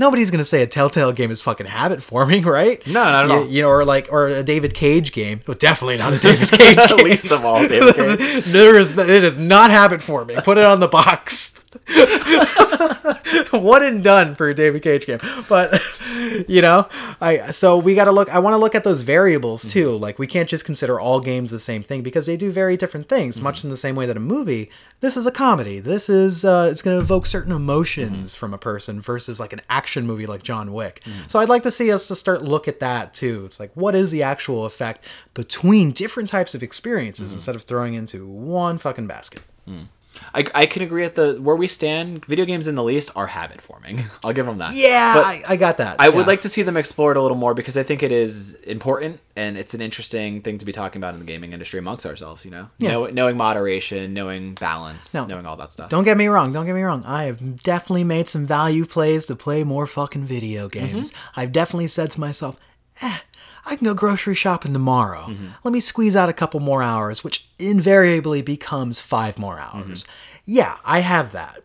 nobody's gonna say a telltale game is fucking habit forming right
No, not at
You-
all.
you know or like or a david cage game oh, definitely not a david cage
At
game.
least of all, David Cage.
there is it is not habit forming put it on the box one and done for a David Cage game. But you know, I so we got to look. I want to look at those variables
Mm-hmm.
too. Like we can't just consider all games the same thing because they do very different things.
Mm-hmm.
Much in the same way that a movie, this is a comedy. This is uh, it's going to evoke certain emotions
Mm-hmm.
from a person versus like an action movie like John Wick. So I'd like to see us to start look at that too. It's like what is the actual effect
Mm-hmm.
between different types of experiences instead of throwing into one fucking basket.
I, I can agree at the where we stand. Video games in the least are habit forming. I'll give them that.
Yeah,
But
I, I got that.
I would
Yeah.
like to see them explored a little more because I think it is important and it's an interesting thing to be talking about in the gaming industry amongst ourselves. You know,
Yeah.
Know- knowing moderation, knowing balance,
No.
knowing all that stuff.
Don't get me wrong. Don't get me wrong. I have definitely made some value plays to play more fucking video games. I've definitely said to myself, eh, I can go grocery shopping tomorrow. Let me squeeze out a couple more hours, which invariably becomes five more hours. Yeah, I have that.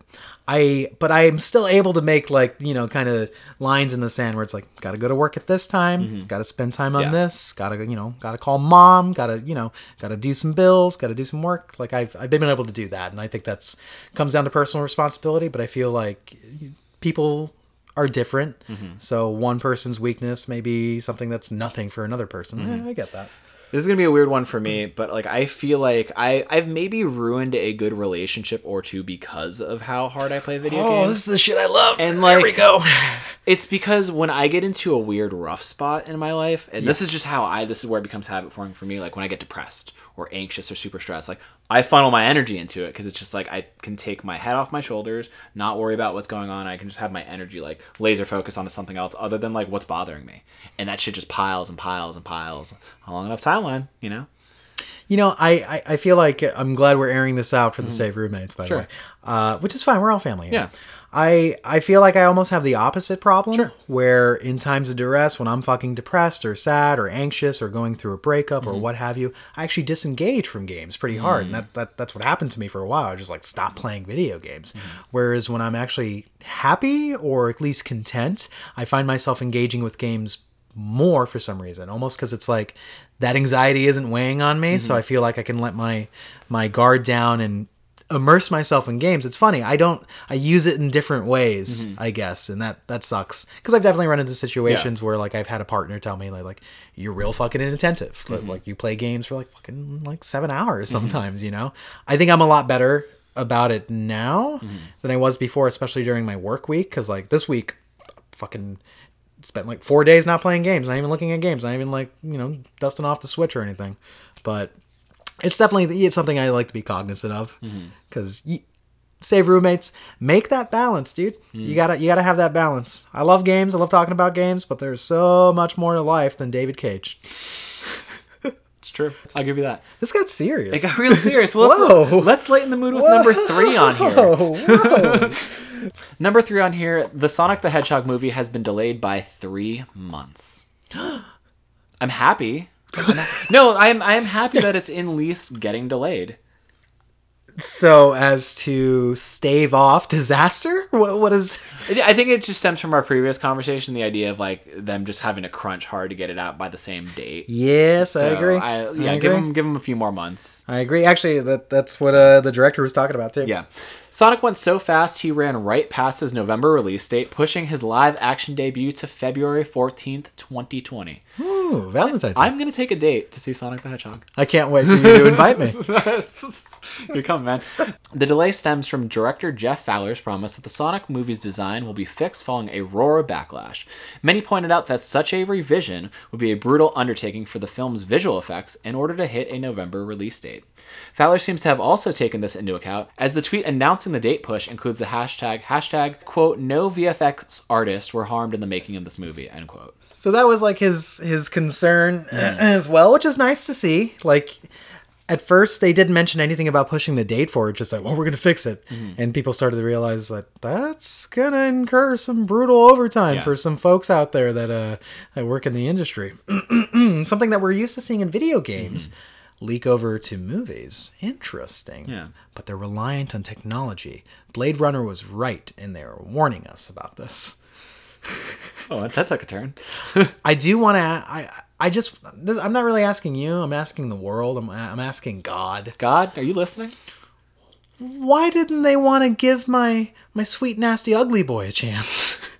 I but I am still able to make like you know kind of lines in the sand where it's like gotta go to work at this time, gotta spend time on
Mm-hmm. Yeah.
this, gotta you know gotta call mom, gotta you know gotta do some bills, gotta do some work. Like I've I've been able to do that, and I think that's comes down to personal responsibility. But I feel like people are different,
Mm-hmm.
so one person's weakness may be something that's nothing for another person.
Mm-hmm.
Yeah, I get that.
This is gonna be a weird one for me, but like I feel like I I've maybe ruined a good relationship or two because of how hard I play video
Oh,
games.
this is the shit I love.
And,
there we
like,
go.
It's because when I get into a weird rough spot in my life, and this is just how I this is where it becomes habit forming for me. Like when I get depressed or anxious or super stressed, like I funnel my energy into it because it's just like I can take my head off my shoulders, not worry about what's going on. I can just have my energy like laser focus onto something else other than like what's bothering me, and that shit just piles and piles and piles along enough timeline, you know.
You know, I, I, I feel like I'm glad we're airing this out for the Save Roommates, by
Mm-hmm. Sure.
the way, uh, which is fine. We're all family. here.
Yeah.
I, I feel like I almost have the opposite problem where in times of duress, when I'm fucking depressed or sad or anxious or going through a breakup
Mm-hmm.
or what have you, I actually disengage from games pretty hard.
Mm.
And that, that, that's what happened to me for a while. I just like stopped playing video games.
Mm-hmm.
Whereas when I'm actually happy or at least content, I find myself engaging with games more for some reason almost because it's like that anxiety isn't weighing on me so i feel like i can let my my guard down and immerse myself in games it's funny i don't i use it in different ways i guess and that that sucks because i've definitely run into situations where like i've had a partner tell me like, like you're real fucking inattentive Like- like you play games for like fucking like seven hours sometimes you know i think i'm a lot better about it now than i was before especially during my work week because like this week fucking spent like four days not playing games, not even looking at games, not even like you know dusting off the Switch or anything. But it's definitely it's something I like to be cognizant of
Mm-hmm.
because save roommates, make that balance, dude.
Mm.
You gotta you gotta have that balance. I love games, I love talking about games, but there's so much more to life than David Cage.
It's true. I'll give you that.
This got serious.
It got really serious. Well,
Whoa.
Let's, let's lighten the mood with number three on here.
Whoa, whoa.
Number three on here, the Sonic the Hedgehog movie has been delayed by three months. I'm happy. I'm ha- no, I'm I am happy that it's in least getting delayed.
so as to stave off disaster, what what is?
It- I think it just stems from our previous conversation, the idea of like them just having to crunch hard to get it out by the same date.
Yes, I
So
agree.
I, yeah,
I
give
agree.
them give them a few more months.
I agree. Actually, that that's what uh, the director was talking about too.
Yeah. Sonic went so fast he ran right past his November release date, pushing his live action debut to February 14th, 2020.
Ooh, Valentine's Day.
I'm going to take a date to see Sonic the Hedgehog.
I can't wait for you to invite me.
You're coming, man. The delay stems from director Jeff Fowler's promise that the Sonic movie's design will be fixed following a roar backlash. Many pointed out that such a revision would be a brutal undertaking for the film's visual effects in order to hit a November release date. Fowler seems to have also taken this into account, as the tweet announcing the date push includes the hashtag hashtag quote no VFX artists were harmed in the making of this movie end quote.
So that was like his his concern uh, as well, which is nice to see. Like at first they didn't mention anything about pushing the date forward, just like, well, we're gonna fix it.
Mm-hmm.
And people started to realize that that's gonna incur some brutal overtime
Yeah.
for some folks out there that uh that work in the industry. Something that we're used to seeing in video games. Leak over to movies. Interesting.
Mm-hmm. Yeah.
But they're reliant on technology. Blade Runner was right, and they were warning us about this.
Oh, that took a turn.
I do want to. I I just. This, I'm not really asking you. I'm asking the world. I'm I'm asking God.
God, are you listening?
Why didn't they want to give my my sweet nasty ugly boy a chance?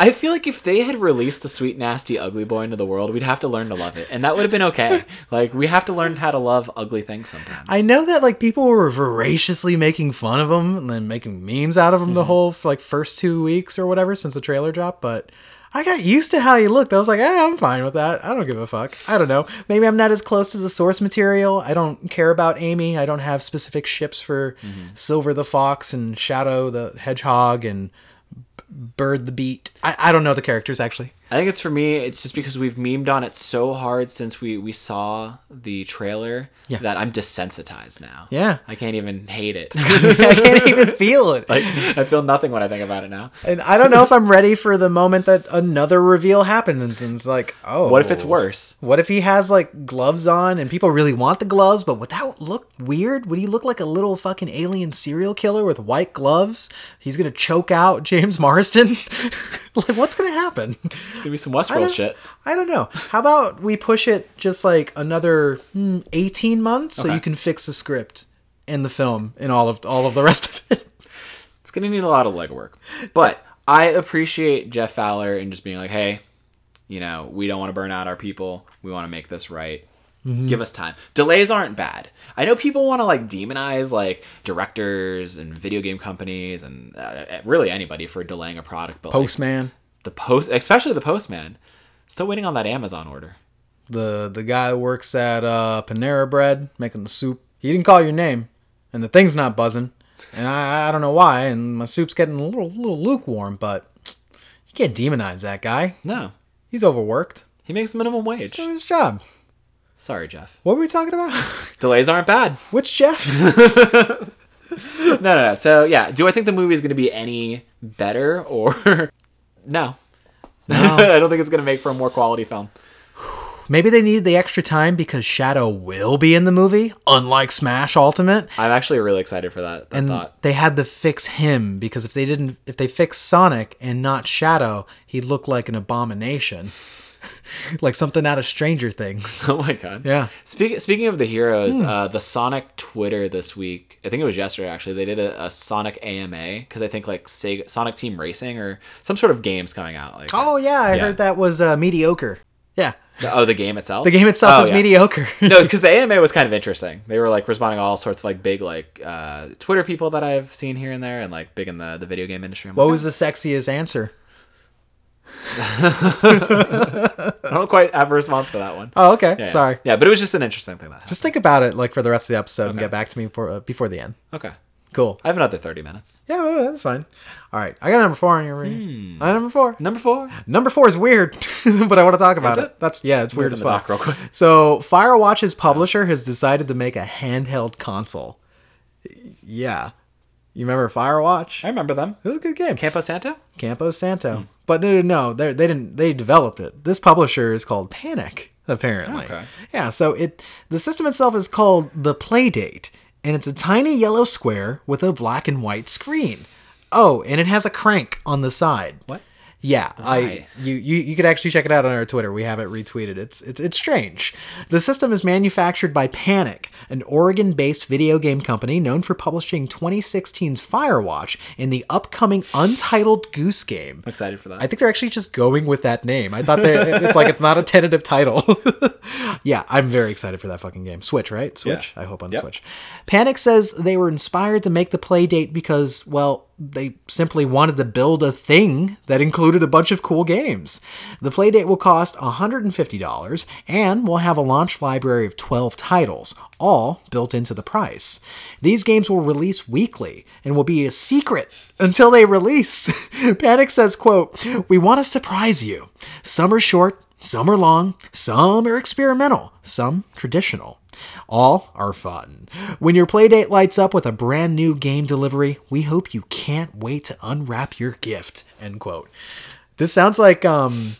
I feel like if they had released the sweet, nasty, ugly boy into the world, we'd have to learn to love it, and that would have been okay. like we have to learn how to love ugly things sometimes.
I know that like people were voraciously making fun of him and then making memes out of him the whole like first two weeks or whatever since the trailer dropped, but I got used to how he looked. I was like, ah, I'm fine with that. I don't give a fuck. I don't know. Maybe I'm not as close to the source material. I don't care about Amy. I don't have specific ships for Silver the Fox and Shadow the Hedgehog and B- Bird the Beat. I, I don't know the characters actually.
I think it's for me. It's just because we've memed on it so hard since we we saw the trailer
Yeah.
that I'm desensitized now.
Yeah.
I can't even hate it.
I can't even feel it.
like I feel nothing when I think about it now.
and I don't know if I'm ready for the moment that another reveal happens and it's like, oh.
What if it's worse?
What if he has like gloves on and people really want the gloves, but would that look weird? Would he look like a little fucking alien serial killer with white gloves? He's gonna choke out James Marsden? like, what's gonna happen?
Give me some
I
Westworld
don't,
shit.
I don't know. How about we push it just like another hmm, 18 months so you can fix the script and the film and all of all of the rest of it?
It's gonna need a lot of legwork, but I appreciate Jeff Fowler and just being like, hey, you know, we don't want to burn out our people. We want to make this right. Give us time. Delays aren't bad. I know people want to like demonize like directors and video game companies and uh, really anybody for delaying a product, but like,
Postman,
the post, especially the postman, still waiting on that Amazon order.
the the guy who works at uh, Panera Bread making the soup. He didn't call your name, and the thing's not buzzing, and I, I don't know why. And my soup's getting a little little lukewarm, but you can't demonize that guy.
No,
He's overworked.
he makes minimum wage.
Doing his job.
Sorry, Jeff.
What were we talking about?
Delays aren't bad.
Which Jeff?
No, no, no. So yeah, do I think the movie is going to be any better or no? I don't think it's going to make for a more quality film.
Maybe they needed the extra time because Shadow will be in the movie, unlike Smash Ultimate.
I'm actually really excited for that, that
And
thought.
they had to fix him because if they didn't, if they fixed Sonic and not Shadow, he'd look like an abomination, like something out of Stranger Things.
Oh my god.
Yeah. Hmm.
Speaking speaking of the heroes, uh, the Sonic Twitter this week. I think it was yesterday actually. They did a, a Sonic AMA because I think like Sega, Sonic Team Racing or some sort of game's coming out. Like
Oh yeah, I
Yeah.
heard that was uh, mediocre. Yeah,
the, oh the game itself.
the game itself
Oh,
was
yeah.
mediocre.
no, because the AMA was kind of interesting. They were like responding to all sorts of like big like uh, Twitter people that I've seen here and there, and like big in the, the video game industry. I'm
what
like,
was the sexiest answer?
I don't quite have a response for that one.
Oh okay,
Yeah, yeah.
sorry.
Yeah, but it was just an interesting thing that happened.
Just think about it, like for the rest of the episode, and get back to me before uh, before the end.
Okay.
Cool.
I have another 30 minutes.
Yeah, well, that's fine. All right, I got number four on your.
Hmm.
I got number four.
Number four.
Number four is weird, but I want to talk about
Is
it?
it?
That's yeah, it's weird,
in
as
the
fuck.
dock real quick.
So Firewatch's publisher has decided to make a handheld console. Yeah, you remember Firewatch?
I Hmm. remember them.
It was a good game,
Campo Santo?
Campo Santo. But they didn't know they they didn't they developed it. This publisher is called Panic apparently.
Okay.
Yeah, so it the system itself is called the Playdate, and it's a tiny yellow square with a black and white screen. Oh, and it has a crank on the side.
What?
Yeah, I
Right.
you, you you could actually check it out on our Twitter. We have it retweeted. It's it's it's strange. The system is manufactured by Panic, an Oregon-based video game company known for publishing 2016's Firewatch and the upcoming Untitled Goose Game.
I'm excited for that.
I think they're actually just going with that name. I thought they it's like it's not a tentative title. yeah, I'm very excited for that fucking game. Switch, right? Switch.
Yeah.
I hope on
Yep.
Switch. Panic says they were inspired to make the play date because, well, they simply wanted to build a thing that included a bunch of cool games. The play date will cost $150 and will have a launch library of 12 titles, all built into the price. These games will release weekly and will be a secret until they release. Panic says, quote, We want to surprise you. Some are short, some are long, some are experimental, some traditional. All are fun. When your playdate lights up with a brand new game delivery, we hope you can't wait to unwrap your gift. End quote. This sounds like um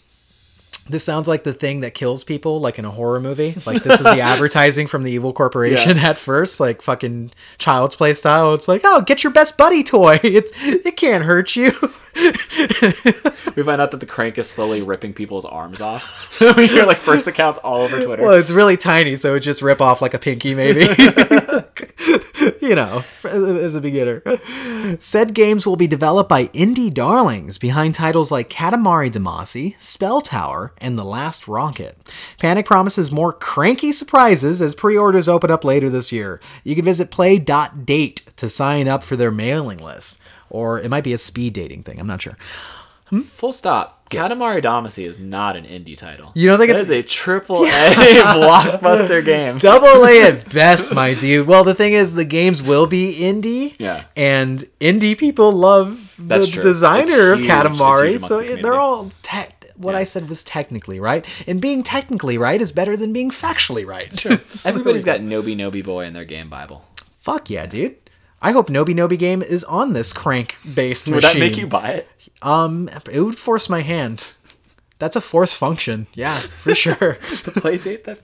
this sounds like the thing that kills people, like in a horror movie. Like this is the advertising from the evil corporation at first, like fucking child's play style. It's like, oh, get your best buddy toy. It's it can't hurt you.
we find out that the crank is slowly ripping people's arms off. we hear like first accounts all over Twitter.
Well, it's really tiny, so it just rip off like a pinky, maybe. you know, as a beginner. Said games will be developed by indie darlings behind titles like Katamari Damacy, Spell Tower, and The Last Rocket. Panic promises more cranky surprises as pre-orders open up later this year. You can visit play.date to sign up for their mailing list. Or it might be a speed dating thing, I'm not sure.
Full stop.
Yes.
Katamari Damacy is not an indie title.
You don't think
That
it's-
is a triple A blockbuster game?
Double A at best, my dude. Well, the thing is, the games will be indie.
Yeah.
And indie people love the
That's true. It's
designer of
huge.
Katamari,
It's huge amongst
so
the
they're
community.
all te- what I said was technically right, and being technically right is better than being factually right. So
Everybody's
there
got Nobi Nobi Boy in their game bible.
we go. fuck yeah, dude. I hope Nobi Nobi game is on this crank based machine.
Would that make you buy it?
Um, it would force my hand. That's a force function, yeah, for sure.
Play date that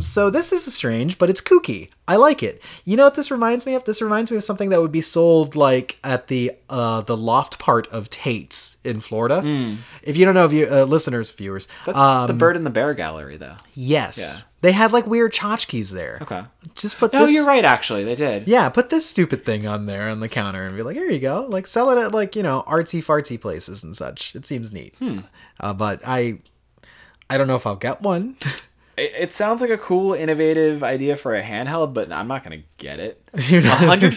so this is strange, but it's kooky. I like it. You know what this reminds me of? This reminds me of something that would be sold like at the uh the loft part of Tate's in Florida. If you don't know, if you uh, listeners, viewers,
Hmm. That's
uh,
the Bird and the Bear gallery, though.
yes, they have like weird tchotchkes there.
Okay.
just put
No,
this.
you're right. Actually, they did.
Yeah, put this stupid thing on there on the counter and be like, here you go. Like sell it at like you know artsy fartsy places and such. It seems neat.
Hmm.
Uh, but I, I don't know if I'll get one.
It, it sounds like a cool, innovative idea for a handheld, but I'm not gonna get it.
You know?
hundred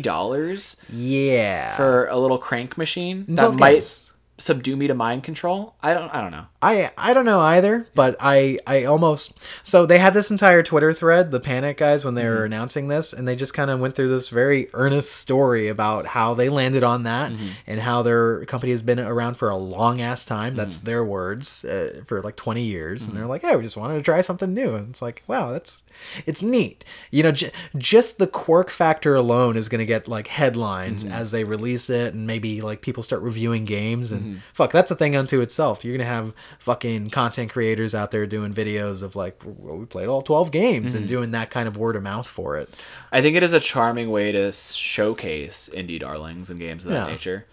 dollars
yeah.
for a little crank machine that
Twelve
might
games.
subdue me to mind control. I don't. I don't know.
I I don't know either, but I I almost so they had this entire Twitter thread, the Panic guys, when they were announcing this, and they just kind of went through this very earnest story about how they landed on that and how their company has been around for a long ass time. That's their words uh, for like twenty years, and they're like, hey, we just wanted to try something new, and it's like, wow, that's it's neat. You know, j- just the quirk factor alone is going to get like headlines as they release it, and maybe like people start reviewing games. And fuck, that's a thing unto itself. You're going to have fucking content creators out there doing videos of like, well, we played all 12 games and doing that kind of word of mouth for it.
I think it is a charming way to s- showcase indie darlings and games of that
Yeah.
nature.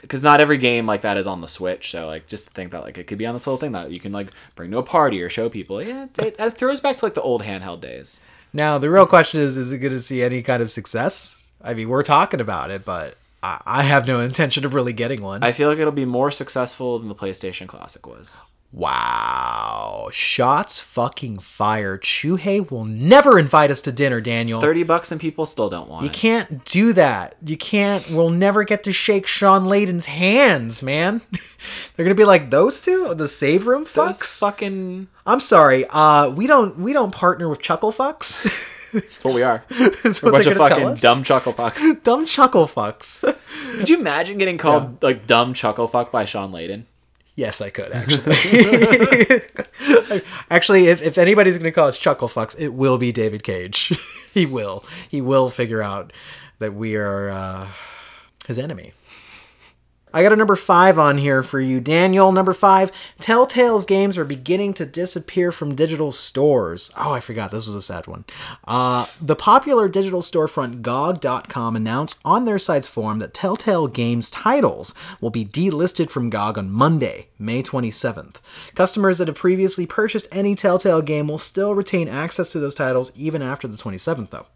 Because not every game like that is on the Switch, so like just to think that like it could be on this little thing that you can like bring to a party or show people. Yeah, it, it throws back to like the old handheld days.
Now, the real question is, is it going to see any kind of success? I mean, we're talking about it, but I, I have no intention of really getting one.
I feel like it'll be more successful than the PlayStation Classic was.
wow. Shots fucking fired. Shuhei will never invite us to dinner, Daniel.
Thirty bucks and people still don't want
You
it.
can't do that. You can't. We'll never get to shake Sean Layden's hands, man. They're gonna be like those two, the save room
Those
fucks.
fucking.
I'm sorry. Uh, we don't. We don't partner with chuckle fucks.
That's what we are.
That's
We're a
what
bunch
they're
of
gonna tell
fucking
us.
dumb chuckle fucks.
dumb chuckle fucks.
Could you imagine getting called like dumb chuckle fuck by Sean Layden?
yes, I could actually. actually, if, if anybody's gonna call us chuckle fucks, it will be David Cage. he will. He will figure out that we are uh, his enemy. I got a number five on here for you, Daniel. Number five, Telltale's games are beginning to disappear from digital stores. Oh, I forgot. This was a sad one. Uh, the popular digital storefront GOG.com announced on their site's forum that Telltale Games titles will be delisted from GOG on Monday, May 27th. Customers that have previously purchased any Telltale game will still retain access to those titles even after the 27th, though.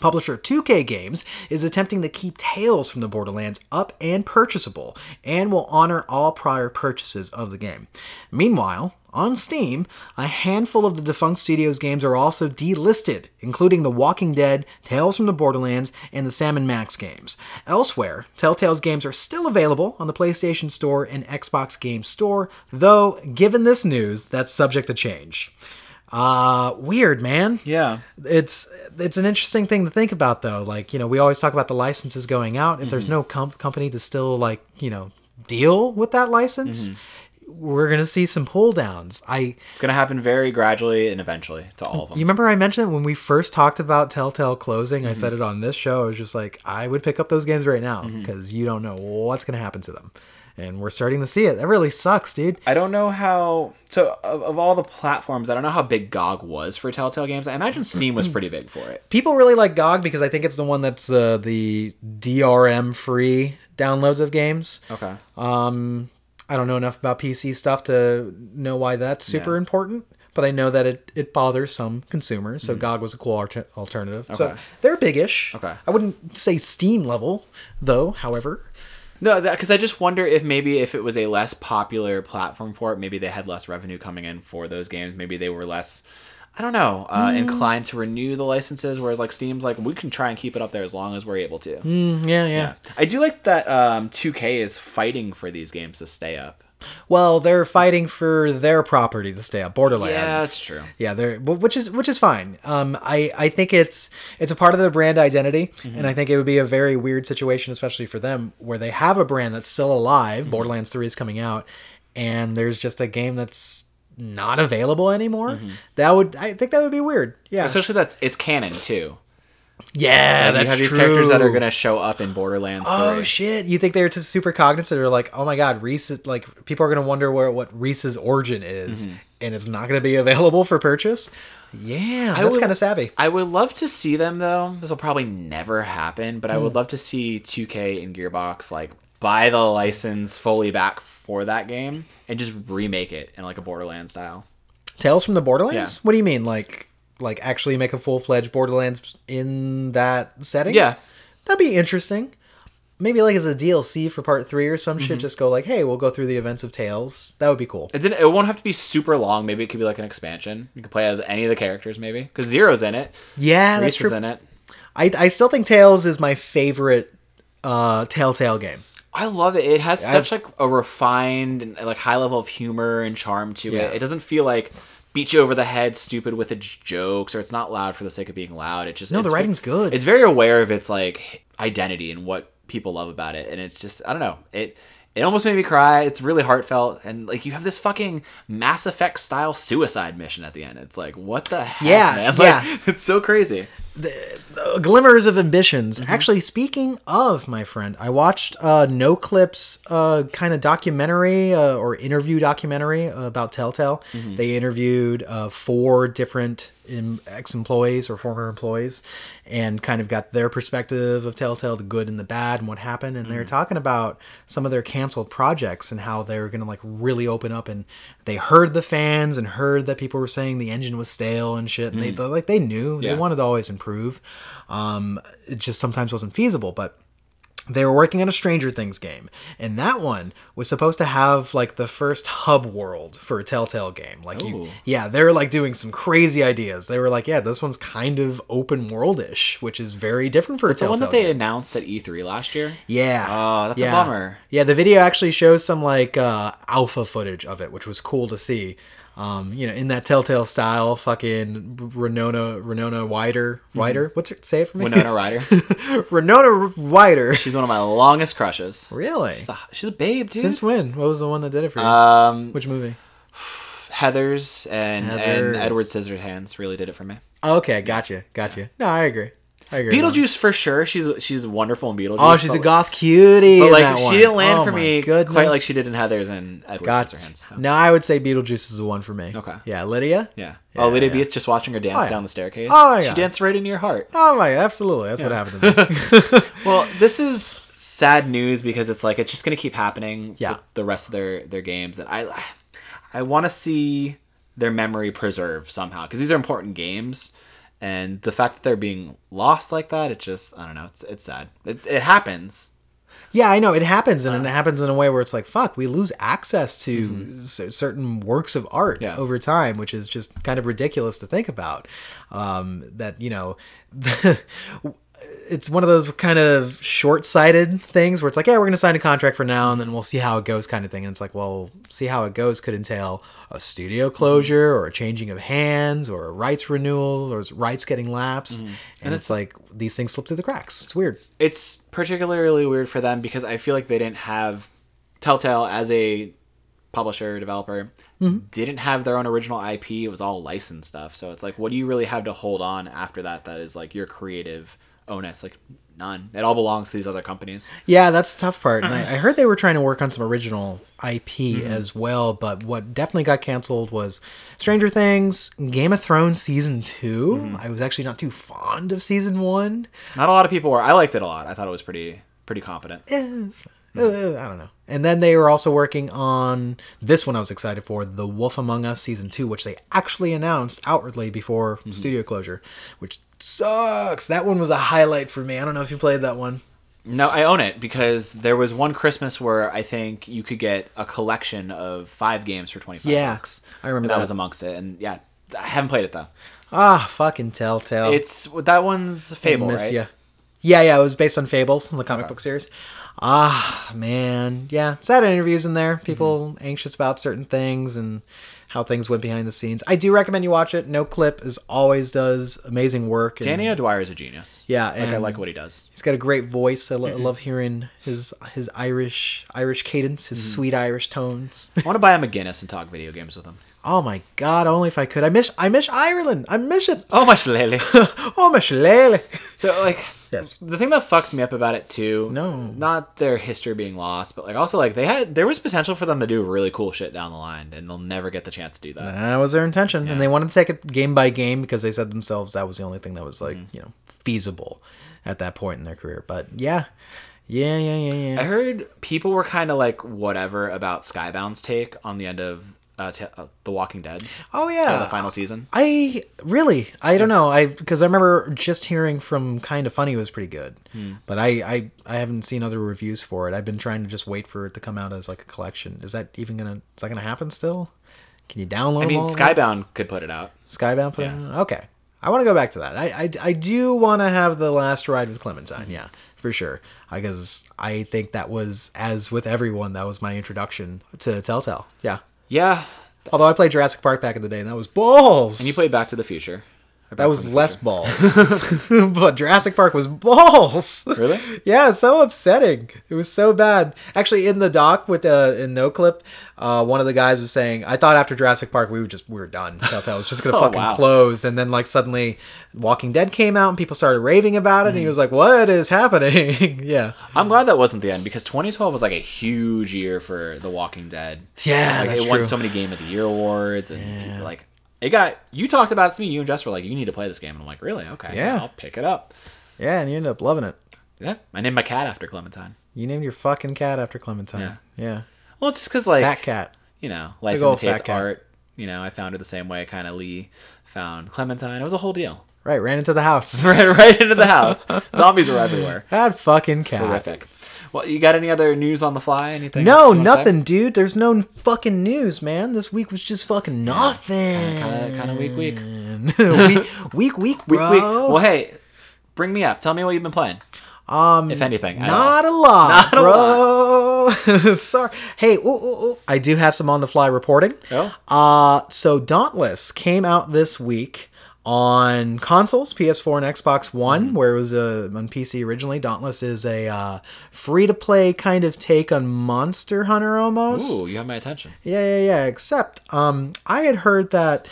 Publisher 2K Games is attempting to keep Tales from the Borderlands up and purchasable and will honor all prior purchases of the game. Meanwhile, on Steam, a handful of the defunct studio's games are also delisted, including The Walking Dead, Tales from the Borderlands, and the Sam and Max games. Elsewhere, Telltale's games are still available on the PlayStation Store and Xbox Game Store, though, given this news, that's subject to change. Uh, weird, man
Yeah.
it's it's an interesting thing to think about though like you know we always talk about the licenses going out if there's no com- company to still like you know deal with that license we're gonna see some pull downs i
It's gonna happen very gradually and eventually to all of them.
you remember i mentioned when we first talked about telltale closing i said it on this show i was just like i would pick up those games right now because you don't know what's gonna happen to them and we're starting to see it that really sucks dude
I don't know how. So of, of all the platforms, I don't know how big GOG was for Telltale Games. I imagine Steam was pretty big for it.
people really like GOG because I think it's the one that's uh, the DRM free downloads of games.
Okay.
Um, I don't know enough about PC stuff to know why that's super important, but I know that it, it bothers some consumers. So GOG was a cool alter- alternative. So
Okay.
they're biggish.
Okay.
I wouldn't say Steam level though. However,
No, because I just wonder if maybe if it was a less popular platform for it, maybe they had less revenue coming in for those games. Maybe they were less I don't know, uh,
Mm.
inclined to renew the licenses, whereas like Steam's like we can try and keep it up there as long as we're able to.
Mm, yeah, yeah,
Yeah. I do like that um, 2K is fighting for these games to stay up.
Well, they're fighting for their property to stay up. Borderlands.
Yeah, that's true.
Yeah, they're wh- which is which is fine. Um, I I think it's it's a part of the brand identity,
Mm-hmm.
and I think it would be a very weird situation, especially for them, where they have a brand that's still alive.
Mm-hmm.
Borderlands Three is coming out, and there's just a game that's not available anymore.
Mm-hmm.
That would I think that would be weird. Yeah,
Especially that it's canon too.
yeah,
And
that's
you have these
true.
characters that are going to show up in Borderlands 3.
Oh shit! You think they're just super cognizant? They're like, oh my god, Reese. Is, like people are gonna wonder where what Reese's origin is,
Mm-hmm.
and it's not gonna be available for purchase. Yeah, that's
would-
kind of savvy.
I would love to see them though. This will probably never happen, but I
Hmm.
would love to see 2K and Gearbox like buy the license fully back for that game and just remake it in like a Borderlands style.
Tales from the Borderlands.
Yeah.
What do you mean, like? Like actually make a full fledged Borderlands in that setting.
Yeah.
that'd be interesting. Maybe like as a DLC for part three or some
Mm-hmm.
shit. Just go like, hey, we'll go through the events of Tales. That would be cool.
It didn't it won't have to be super long. Maybe it could be like an expansion. You could play as any of the characters maybe cuz Zero's in it.
Yeah, that's true.
Reese is in it.
I I still think Tales is my favorite uh Telltale game.
I love it. It has
I've-
such like a refined and like high level of humor and charm to
Yeah.
it. It doesn't feel like beat you over the head stupid with its jokes or it's not loud for the sake of being loud. It just
No, the
it's-
writing's good.
It's very aware of its like identity and what people love about it and it's just I don't know. It it almost made me cry. It's really heartfelt and like you have this fucking Mass Effect style suicide mission at the end. It's like what the heck,
Yeah,
man? Like,
yeah.
It's so crazy.
glimmers of ambitions. Actually, speaking of my friend, I watched uh, No Clips uh, kind of documentary uh, or interview documentary about Telltale. They interviewed uh, four different em- ex-employees or former employees, and kind of got their perspective of Telltale, the good and the bad, and what happened. And they're talking about some of their canceled projects and how they're going to like really open up. And they heard the fans and heard that people were saying the engine was stale and shit. And they they like they knew they
Yeah.
wanted to always improve. Um, it just sometimes wasn't feasible, but they were working on a Stranger Things game, and that one was supposed to have like the first hub world for a Telltale game. Like, you,
Ooh.
yeah, they were like doing some crazy ideas. They were like, yeah, this one's kind of open worldish, which is very different for a
The
Telltale.
one that they
game.
announced at E3 last year.
yeah,
Oh, that's a
yeah.
bummer.
Yeah, the video actually shows some like uh, alpha footage of it, which was cool to see. Um, you know, in that Telltale style, fucking Renona, Renona Wider, Wider. What's her? Say it for me.
Mm-hmm. Winona Ryder.
Renona Wider.
She's one of my longest crushes.
Really?
She's a, she's a babe, dude.
Since when? What was the one that did it for you?
um,
Which movie?
Heather's and and
Heathers.
Edward Scissorhands really did it for me.
Oh, okay, gotcha, gotcha. No, I agree. I agree.
Beetlejuice for sure. She's she's wonderful in Beetlejuice.
Oh, she's a
but-
goth cutie.
But
in
like
that
she
one.
didn't land
Oh
for
my
me
goodness.
quite like she did in Heather's and Edward
Gotcha. Hmm.
Scissorhands. so,
No, I would say Beetlejuice is the one for me.
Okay.
Yeah, Lydia.
Yeah. Oh, Lydia
yeah.
Beats just watching her dance
Oh, yeah.
down the staircase.
Oh, yeah.
She danced right into your heart.
Oh my, absolutely. That's what happened to me.
Well, this is sad news because it's like it's just going to keep happening.
Yeah.
with the rest of their their games, and I I want to see their memory preserved somehow because these are important games, and the fact that they're being lost like that, it just I don't know, it's it's sad. It it happens.
yeah, I know it happens, and it happens in a way where it's like, fuck, we lose access to cer- certain works of art
Yeah.
over time, which is just kind of ridiculous to think about. Um, that you know. it's one of those kind of short-sighted things where it's like, yeah, we're going to sign a contract for now, and then we'll see how it goes, kind of thing. And it's like, well, see how it goes could entail a studio closure or a changing of hands or a rights renewal or rights getting lapsed, Mm-hmm. and, it's, like these things slip through the cracks. It's weird.
It's particularly weird for them because I feel like they didn't have Telltale as a publisher developer
Mm-hmm.
didn't have their own original IP. It was all licensed stuff. So it's like, what do you really have to hold on after that? That is like your creative onus. Like none. It all belongs to these other companies.
Yeah, that's the tough part. And I, I heard they were trying to work on some original IP as well, but what definitely got canceled was Stranger Things, Game of Thrones season 2 I was actually not too fond of season one.
Not a lot of people were. I liked it a lot. I thought it was pretty pretty competent.
Eh, uh, I don't know. And then they were also working on this one I was excited for, The Wolf Among Us Season 2, which they actually announced outwardly before studio closure, which sucks. That one was a highlight for me. I don't know if you played that one.
No, I own it because there was one Christmas where I think you could get a collection of five games for twenty five
Yeah,
bucks.
I remember
And that,
that.
was amongst it, and yeah, I haven't played it though.
Ah, fucking Telltale.
It's that one's Fable,
Oh. miss
right?
ya. Yeah, yeah, it was based on Fables, the comic book series. Ah, man, yeah. Sad interviews in there. People
Mm-hmm.
anxious about certain things and how things went behind the scenes. I do recommend you watch it. No Clip is always does amazing work. and-
Danny O'Dwyer is a genius.
yeah,
like I
and
like what Mm-hmm. he does.
He's got a great voice. I, lo- I love hearing his his Irish Irish cadence, his
Mm-hmm.
sweet Irish tones.
I want to buy him a Guinness and talk video games with him.
oh my God! Only if I could. I miss I miss Ireland. I miss it.
Oh my shillelagh.
oh my shillelagh.
so like
Yes.
the thing that fucks me up about it too
No.
not their history being lost but like also like they had there was potential for them to do really cool shit down the line and they'll never get the chance to do that
That was their intention, and they wanted to take it game by game because they said themselves that was the only thing that was like
Mm-hmm.
you know feasible at that point in their career. But yeah, yeah, yeah, yeah, yeah.
i heard people were kind of like whatever about skybound's take on the end of uh, t- uh, the walking dead
oh
uh,
yeah,
the final season
I really, I don't know, I because I remember just hearing from Kind of Funny was pretty good,
Hmm.
but I, I I haven't seen other reviews for it. I've been trying to just wait for it to come out as like a collection. Is that even gonna is that gonna happen still? Can you download?
i mean
all of
skybound could put it out
this? Skybound. Put it
Yeah.
out? Okay, I want to go back to that. I I, I do want to have the last ride with Clementine. Yeah, for sure. Because I think that was as with everyone that was my introduction to Telltale. Yeah.
yeah
Although I played Jurassic Park back in the day, and that was balls.
and you played back to the future Or Back
That
from
was
the
less balls. but Jurassic Park was balls.
Future. really
Yeah, it's so upsetting. It was so bad. Actually, in the doc with uh, in no clip, uh, one of the guys was saying, "I thought after Jurassic Park we were just we were done. Telltale was just gonna
Oh,
fucking
wow.
close." And then like suddenly, Walking Dead came out and people started raving about it,
Mm-hmm.
and he was like, "What is happening?" yeah,
i'm glad that wasn't the end because 2012 was like a huge year for the walking dead
yeah,
like
that's
it won
true.
so many game of the year awards and people like it got you talked about it to me you and jess were like you need to play this game and i'm like really okay
Yeah.
i'll pick it up
yeah, and you ended up loving it.
yeah i named my cat after clementine
You named your fucking cat after Clementine. Yeah,
well it's just because like
fat cat.
you know life
Big old
imitates
fat cat.
art you know i found her the same way kind of lee found clementine it was a whole deal
Right, ran into the house.
right right into the house zombies were everywhere
That fucking cat.
horrific well you got any other news on the fly anything
No, nothing, dude. There's no fucking news, man. This week was just fucking nothing.
kinda- kinda weak week.
week, week, week,
we,
bro.
well hey bring me up tell me what you've been playing
um,
if anything at all.
not a lot,
Not a
bro. Sorry. Hey, ooh, ooh, ooh. I do have some on the fly reporting.
Oh.
Uh, so Dauntless came out this week on consoles, PS4 and Xbox One,
Mm-hmm.
where it was uh, on PC originally. Dauntless is a uh, free to play kind of take on Monster Hunter almost.
ooh you have my attention
Yeah, yeah, yeah. Except, um, I had heard that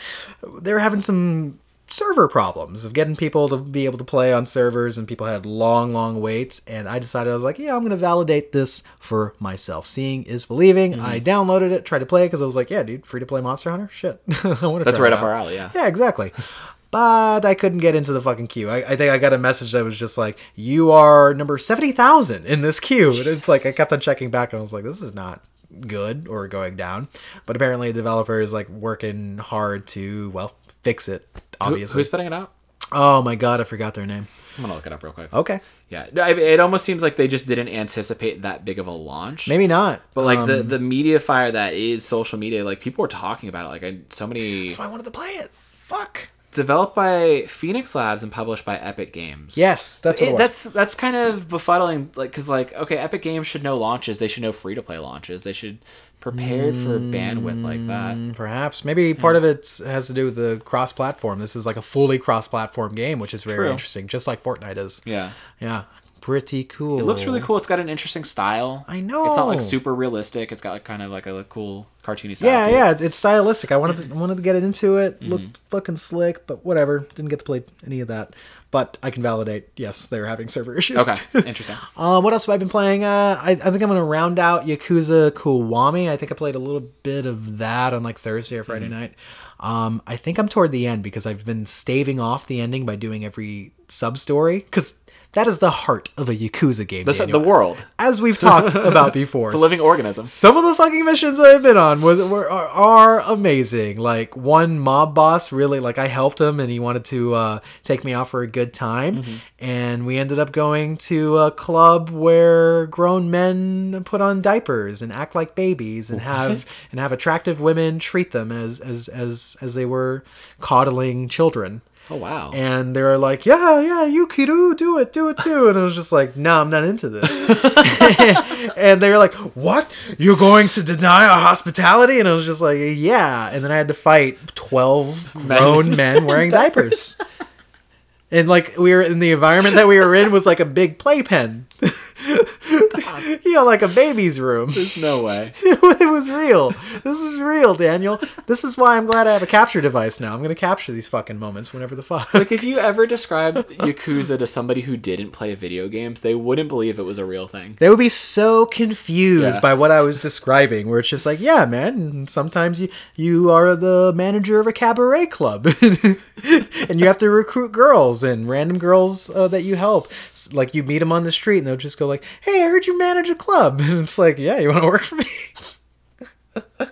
they were having some server problems of getting people to be able to play on servers, and people had long, long waits. And I decided I was like, yeah, I'm gonna validate this for myself. Seeing is believing.
Mm-hmm.
I downloaded it, tried to play it because I was like, yeah, dude, free to play Monster Hunter. Shit, I want to.
that's right up our alley yeah
Yeah, exactly. But I couldn't get into the fucking queue. I, I think I got a message that was just like, "You are number seventy thousand in this queue." And it's like I kept on checking back, and I was like, "This is not good or going down." But apparently, the developer is like working hard to well fix it.
Who-
Obviously.
who's putting it out
oh my god, I forgot their name.
I'm gonna look it up real quick.
Okay,
Yeah, No, I- it almost seems like they just didn't anticipate that big of a launch.
maybe um, not.
But like the the media fire that is social media, like people were talking about it. Like I, so many.
I wanted to play it. Fuck.
Developed by Phoenix Labs and published by Epic Games.
Yes, that's what it
It-
was.
that's that's kind of befuddling. Like because like okay, Epic Games should know launches. They should know free to play launches. They should prepared for bandwidth like
Mm.
that.
Perhaps. Maybe part of it has to do with the cross platform. This is like a fully cross platform game, which is very
True.
interesting, just like Fortnite is.
Yeah.
Yeah. Pretty cool.
It looks really cool. It's got an interesting style.
I
It's not
know.
like super realistic. It's got like kind of like a cool Mm-hmm. cartoony style.
Yeah,
to it.
yeah, it's- it's stylistic. I wanted to, wanted to get into it. Looked fucking slick, but whatever. Didn't get to play any of that. But I can validate. Yes, they're having server issues.
Okay. Interesting.
Uh, what else have I been playing? Uh, I, I think I'm gonna round out Yakuza Kiwami. I think I played a little bit of that on like Thursday or
Mm-hmm.
Friday night. Um, I think I'm toward the end because I've been staving off the ending by doing every sub story because That is the heart of a Yakuza game.
The,
Daniel.
the world.
as we've talked about before.
It's a living organism.
some of the fucking missions I've been on was were are, are amazing. Like one mob boss really like I helped him and he wanted to uh, take me out for a good time, and we ended up going to a club where grown men put on diapers and act like babies and have and have attractive women treat them as as as as they were coddling children.
Oh, wow.
And they were like, yeah, yeah, you Kiru, do it, do it too. And I was just like, no, I'm not into this. and they were like, what? You're going to deny our hospitality? And I was just like, yeah. And then I had to fight 12 grown men wearing diapers. And like we were in the environment that we were in was like a big playpen. you know, like a baby's room.
There's no way.
it was real. This is real, Daniel. This is why I'm glad I have a capture device now. I'm gonna capture these fucking moments whenever the fuck.
Like, if you ever describe Yakuza to somebody who didn't play video games, they wouldn't believe it was a real thing.
They would be so confused
Yeah.
by what I was describing, where it's just like, yeah, man, and sometimes you you are the manager of a cabaret club, and you have to recruit girls and random girls uh, that you help. S- Like you meet them on the street, and they'll just go like, "Hey, I heard you manage a club," and it's like, "Yeah, you want to work for me?"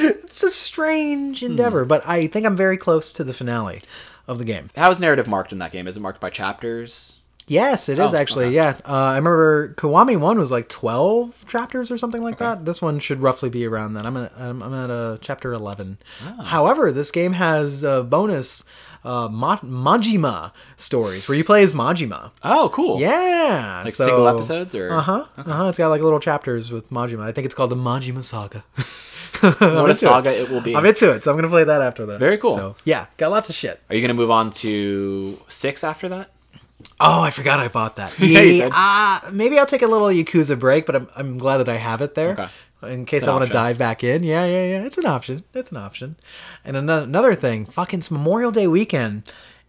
it's a strange endeavor, but I think I'm very close to the finale of the game.
How is narrative marked in that game? Is it marked by chapters?
Yes, it is
Oh,
actually.
okay.
Yeah, uh, I remember Kiwami one was like twelve chapters or something like that. This one should roughly be around that. I'm at, I'm, I'm at uh, chapter eleven.
Ah.
However, this game has uh, bonus uh, Ma- Majima stories where you play as Majima.
Oh, cool.
Yeah,
Like single episodes or
Uh huh. Uh huh. It's got like little chapters with Majima. I think it's called the Majima Saga.
what a saga it will be.
I'm into it, so I'm gonna play that after that.
Very cool.
So yeah, got lots of shit.
Are you going to move on to six after that?
Oh, I forgot I bought that.
Yeah, you did.
uh, maybe I'll take a little Yakuza break, but I'm, I'm glad that I have it there
Okay.
in case
an
I want to
option.
dive back in. Yeah, yeah, yeah. It's an option. It's an option. And ano- another thing, fucking it's Memorial Day weekend,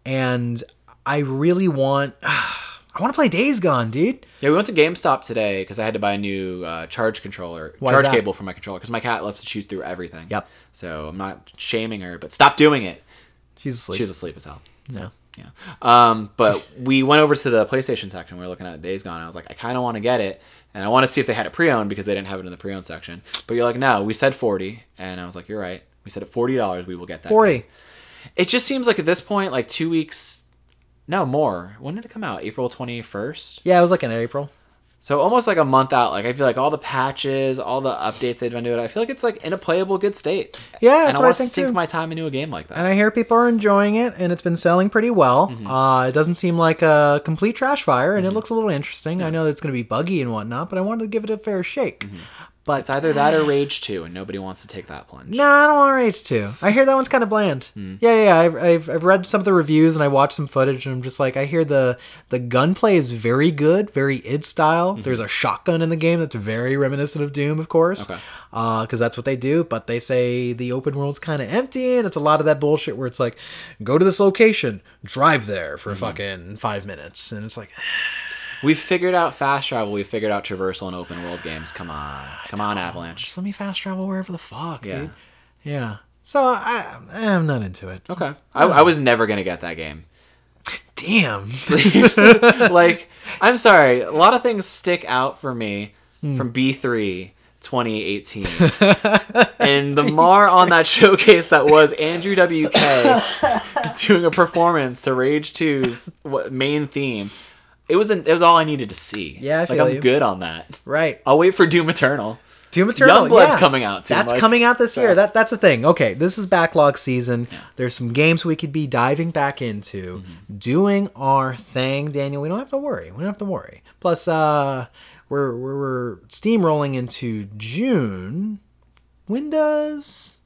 and I really want. I want to play Days Gone, dude.
Yeah, we went to GameStop today because I had to buy a new uh, charge controller,
Why is
charge
that?
cable for my controller because my cat loves to chew through everything.
Yep.
So I'm not shaming her, but stop doing it.
She's asleep.
She's asleep as hell.
no.
Yeah. Um, but we went over to the PlayStation section. We were looking at Days Gone. And I was like, I kind of want to get it, and I want to see if they had it pre-owned because they didn't have it in the pre-owned section. But you're like, no, we said forty, and I was like, you're right. We said at forty dollars, we will get that.
Forty.
It just seems like at this point, like two weeks, no more. When did it come out? April twenty first.
Yeah, it was like in April.
So almost like a month out. Like I feel like all the patches, all the updates they've been doing, I feel like it's like in a playable good state.
Yeah, that's
and I
what I
want to
think
sink
too.
my time into a game like that.
And I hear people are enjoying it, and it's been selling pretty well. Uh, it doesn't seem like a complete trash fire, and it looks a little interesting. I know it's going to be buggy and whatnot, but I wanted to give it a fair shake. But
it's either that or Rage Two, and nobody wants to take that plunge.
no, I don't want Rage 2. I hear that one's kind of bland.
Hmm.
Yeah, yeah, yeah. I've, I've, I've read some of the reviews and I watched some footage and I'm just like, I hear the the gunplay is very good, very id style.
Mm-hmm.
There's a shotgun in the game that's very reminiscent of Doom, of course,
Okay.
because that's what they do. But they say the open world's kind of empty and it's a lot of that bullshit where it's like, go to this location, drive there for
Mm-hmm.
fucking five minutes, and it's like, "Ah,
We've figured out fast travel. We've figured out traversal and open world games. Come on, come on, Avalanche.
just let me fast travel wherever the fuck,
Yeah.
dude. Yeah. So I, I'm not into it.
Okay, I, I was never gonna get that game.
Damn.
like I'm sorry, a lot of things stick out for me
Hmm.
from B3 2018. and the mar on that showcase that was Andrew WK doing a performance to Rage 2's wha- main theme. It was an, it was all I needed to see.
Yeah, I
like
feel
I'm
you.
good on that.
right.
I'll wait for Doom Eternal.
Doom Eternal.
Youngblood's
yeah.
coming out soon,
That's
Mike.
coming out this year. That that's the thing. Okay, this is backlog season. There's some games we could be diving back into,
Mm-hmm.
doing our thing, Daniel. We don't have to worry. We don't have to worry. Plus, uh, we're we're, we're steamrolling into June. When does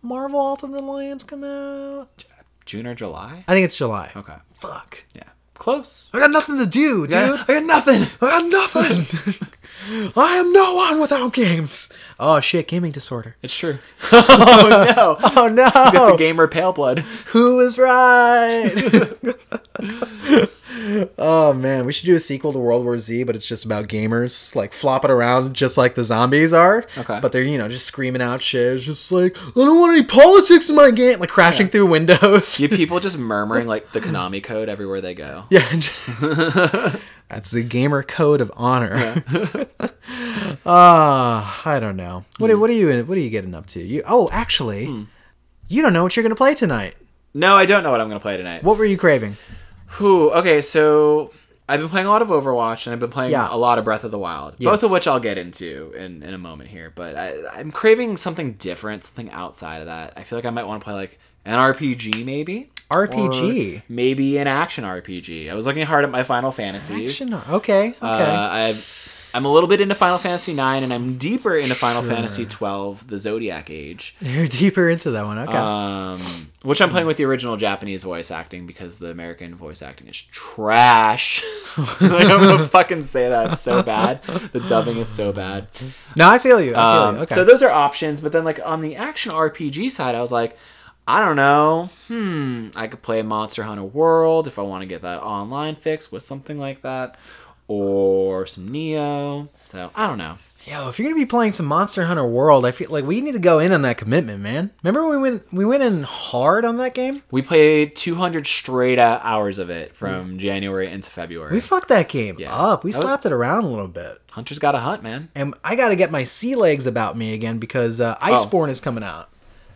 Marvel Ultimate Alliance come out?
June or July?
I think it's July.
Okay.
Fuck.
Yeah. Close.
I got nothing to do, dude.
I got nothing.
I got nothing. I am no one without games. Oh shit, gaming disorder.
It's true. oh no.
Oh no.
The gamer pale blood.
Who is right? Oh man, we should do a sequel to World War Z, but it's just about gamers like flopping around just like the zombies are.
Okay.
But they're you know just screaming out shit. It's just like I don't want any politics in my game, like crashing through windows.
You people just murmuring like the Konami code everywhere they go.
Yeah. That's the gamer code of honor. Ah, I don't know.
Hmm.
What, what are you what are you getting up to? You Oh, actually, you don't know what you're going to play tonight.
No, I don't know what I'm gonna play tonight.
What were you craving?
Whew, okay, so I've been playing a lot of Overwatch and I've been playing
Yeah.
a lot of Breath of the Wild, both
Yes.
of which I'll get into in, in a moment here. But I, I'm craving something different, something outside of that. I feel like I might want to play like an RPG, maybe.
RPG.
Or maybe an action RPG. I was looking hard at my Final Fantasies.
Action. Okay. Okay.
Uh, I've, I'm a little bit into Final Fantasy IX, and I'm deeper into Final Fantasy twelve, the Zodiac Age,
You're deeper into that one. Okay.
um, which I'm playing with the original Japanese voice acting because the American voice acting is trash. like, I'm gonna fucking say that it's so bad. The dubbing is so bad.
no, I feel you. I feel
Um,
you. Okay.
So those are options, but then like on the action RPG side, I was like, I don't know. Hmm, I could play Monster Hunter World if I want to get that online fix with something like that, or some Neo. So I don't know.
Yo, if you're gonna be playing some Monster Hunter World, I feel like we need to go in on that commitment, man. Remember we went we went in hard on that game.
We played 200 straight uh, hours of it
Hmm.
from January into February.
We fucked that game
Yeah.
up. We
That was-
slapped it around a little bit.
Hunter's got to hunt, man.
And I gotta get my sea legs about me again because uh,
Oh.
Iceborne is coming out.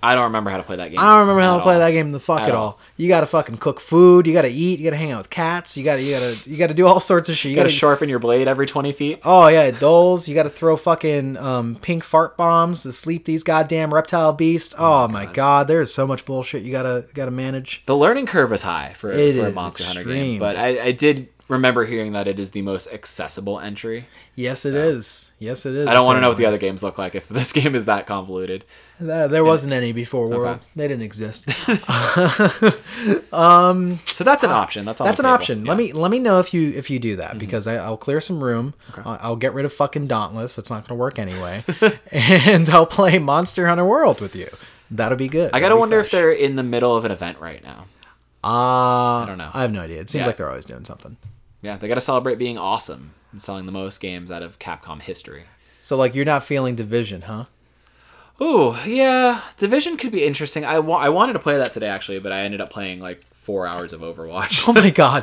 I don't remember how to play that game.
I don't remember how
at
to play
all.
that game the fuck
At
at, all. You gotta fucking cook food. You gotta eat. You gotta hang out with cats. You gotta you gotta you gotta do all sorts of shit. You
You got
gotta,
to sharpen your blade every 20 feet.
oh yeah, dolls. You gotta throw fucking um, pink fart bombs to sleep these goddamn reptile beasts. Oh, my god, there is so much bullshit you gotta gotta manage.
The learning curve is high for,
It
for a
is
Monster Hunter game,
extreme.
but I, I did remember hearing that it is the most accessible entry.
Yes, it is. Yes, it is.
I don't want to know what the other games look like if this game is that convoluted.
Th- there wasn't any before World.
Okay.
They didn't exist.
So that's an option. That's on
Ah, That's
the
an
table.
option. Let me let me know if you if you do that
Mm-hmm.
because I, I'll clear some room. I- I'll get rid of fucking Dauntless. It's not going to work anyway, and I'll play Monster Hunter World with you. That'll be good.
I gotta wonder if they're in the middle of an event right now.
Uh, I
don't know.
I have no idea. It seems
Yeah.
like they're always doing something.
Yeah, they gotta celebrate being awesome and selling the most games out of Capcom history.
So like you're not feeling division, huh?
Ooh, yeah, Division could be interesting. I wa- I wanted to play that today actually, but I ended up playing like four hours of Overwatch.
Oh my god,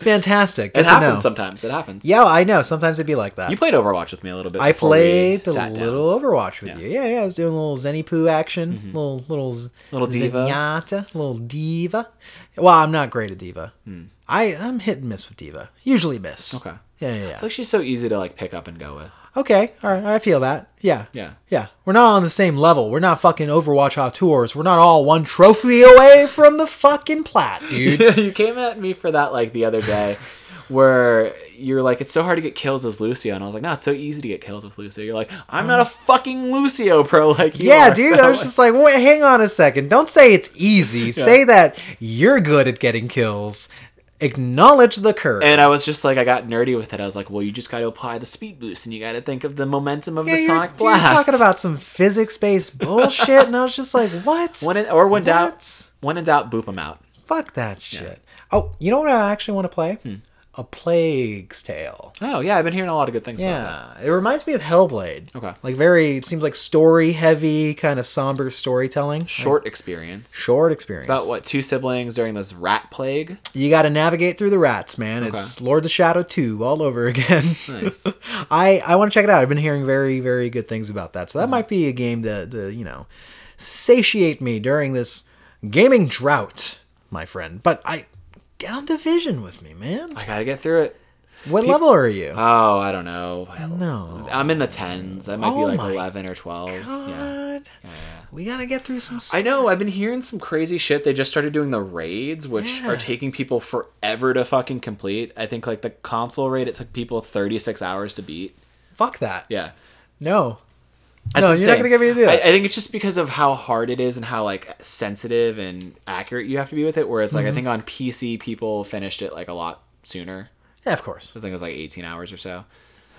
fantastic. Good to
it
know.
happens sometimes. It happens.
Yeah, I know. Sometimes it'd be like that.
You played Overwatch with me a little bit.
I
before we
played a
sat down.
little Overwatch with you. Yeah, yeah. I was doing a little Zenny Poo action, little little z-
Mm-hmm. Little diva.
zenyatta, little diva. Well, I'm not great at diva. I I'm hit and miss with diva. Usually miss.
Hmm. Okay.
Yeah, yeah,
I feel
yeah.
like she's so easy to like pick up and go with.
Okay, all right. I feel that. Yeah.
Yeah.
Yeah. We're not on the same level. We're not fucking Overwatch auteurs. We're not all one trophy away from the fucking plat, dude.
you came at me for that like the other day where you're like it's so hard to get kills as lucio and i was like no it's so easy to get kills with lucio you're like i'm not a fucking lucio pro like you
Mm. Yeah,
are."
dude.
So,
I was just like, wait, hang on a second. Don't say it's easy. Say that you're good at getting kills. Acknowledge the curve.
and i was just like i got nerdy with it i was like well you just got to apply the speed boost and you got to think of the momentum of
Yeah,
the
you're-
sonic
you're
blast
talking about some physics-based bullshit, and I was just like, "What?
when in, or when doubt
What?
when in doubt boop them out
Fuck that shit." Oh, you know what I actually want to play?
Hmm.
A Plague's Tale.
oh yeah i've been hearing a lot of good things about that
Yeah, it reminds me of Hellblade.
Okay.
like very it seems like story-heavy, kind of somber storytelling.
short experience
Short experience.
about what two siblings during this rat plague
You got to navigate through the rats, man. It's Lord of the Shadow 2 all over again.
Nice.
I I want to check it out. I've been hearing very very good things about that. So
Hmm.
that might be a game to to, you know, satiate me during this gaming drought, my friend. But I get on division with me, man.
i gotta get through it
What level are you?
oh i don't know
No.
I'm in the tens. I might be
Oh
like
my
eleven or twelve. Yeah.
God. We got to get through some
I know. I've been hearing some crazy shit. They just started doing the raids, which
Yeah.
are taking people forever to fucking complete. I think like the console raid, it took people 36 hours to beat.
fuck that.
Yeah.
No.
That's
no, you're not
insane.
going to get me to do that.
I, I think it's just because of how hard it is and how like sensitive and accurate you have to be with it. Whereas
Mm-hmm.
like I think on PC, people finished it like a lot sooner.
yeah, of course.
I think it was like 18 hours or so.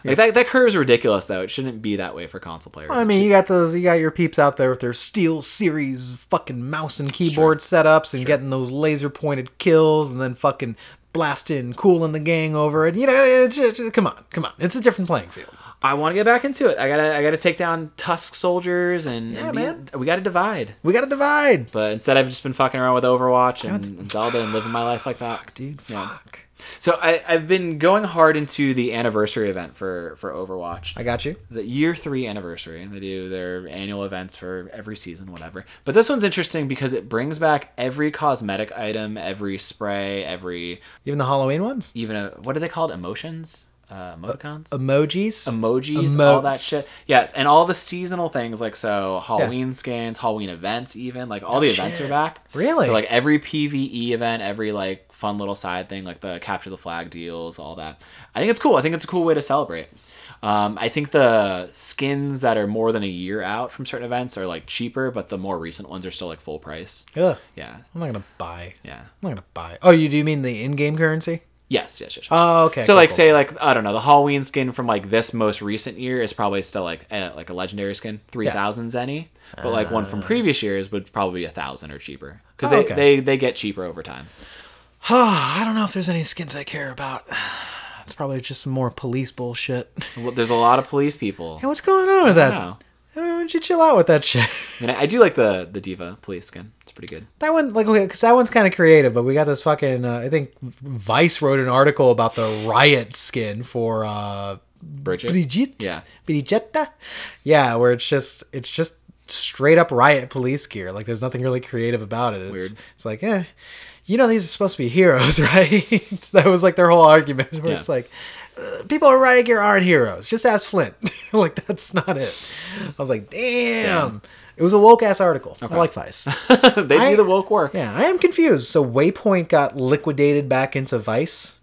Like that that curve is ridiculous though. It shouldn't be that way for console players.
I mean, you got those, you got your peeps out there with their Steel Series fucking mouse and keyboard setups and getting those laser pointed kills and then fucking blasting, cooling the gang over it. You know, it's, it's- come on, come on, it's a different playing field.
I want to get back into it. I gotta I gotta take down Tusk soldiers and, and be-
man.
we gotta divide.
We got to divide,
But instead, I've just been fucking around with Overwatch and, and Zelda and living my life like that.
dude.
Yeah.
Fuck.
So I, I've been going hard into the anniversary event for for Overwatch.
I got you.
the year three anniversary. They do their annual events for every season, whatever. But this one's interesting because it brings back every cosmetic item, every spray, every
Even the Halloween ones,
even a what are they called? Emotions, uh, emoticons,
emojis,
emojis, all that
emotes.
shit. Yeah, and all the seasonal things like so Halloween skins, Halloween events, even like all the events
Oh, shit.
are back.
Really?
So, like every PVE event, every like fun little side thing, like the capture the flag deals, all that. I think it's cool. I think it's a cool way to celebrate. Um, I think the skins that are more than a year out from certain events are like cheaper, but the more recent ones are still like full price.
Ugh.
Yeah,
I'm not gonna buy.
yeah.
I'm not gonna buy. Oh, you do you mean the in-game currency?
Yes, yes, yes. yes.
Oh, okay.
so
cool,
like
cool.
say like I don't know the Halloween skin from like this most recent year is probably still like eh, like a legendary skin three thousand zenny, but like one from previous years would probably be a thousand or cheaper because
Ah. Oh,
they,
okay.
they they get cheaper over time.
I don't know if there's any skins I care about. It's probably just some more police bullshit. Hey,
Well, There's a lot of police people.
what's going on with that?
Yeah.
I mean, why don't you chill out with that shit?
I mean, I do like the the diva police skin. It's pretty good.
That one, like, okay, because that one's kind of creative, but we got this fucking. Uh, I think Vice wrote an article about the riot skin for uh,
Bridget.
Brigitte.
Yeah.
Brigitte. Yeah, where it's just it's just straight up riot police gear. Like, there's nothing really creative about it. It's,
Weird.
It's like, eh, you know, these are supposed to be heroes, right? that was like their whole argument. Where
Yeah.
it's like, uh, people in riot gear aren't heroes. Just ask Flint. like, that's not it. I was like, damn. It was a woke ass article. I like Vice.
they
I-
do the woke work.
Yeah, I am confused. So Waypoint got liquidated back into Vice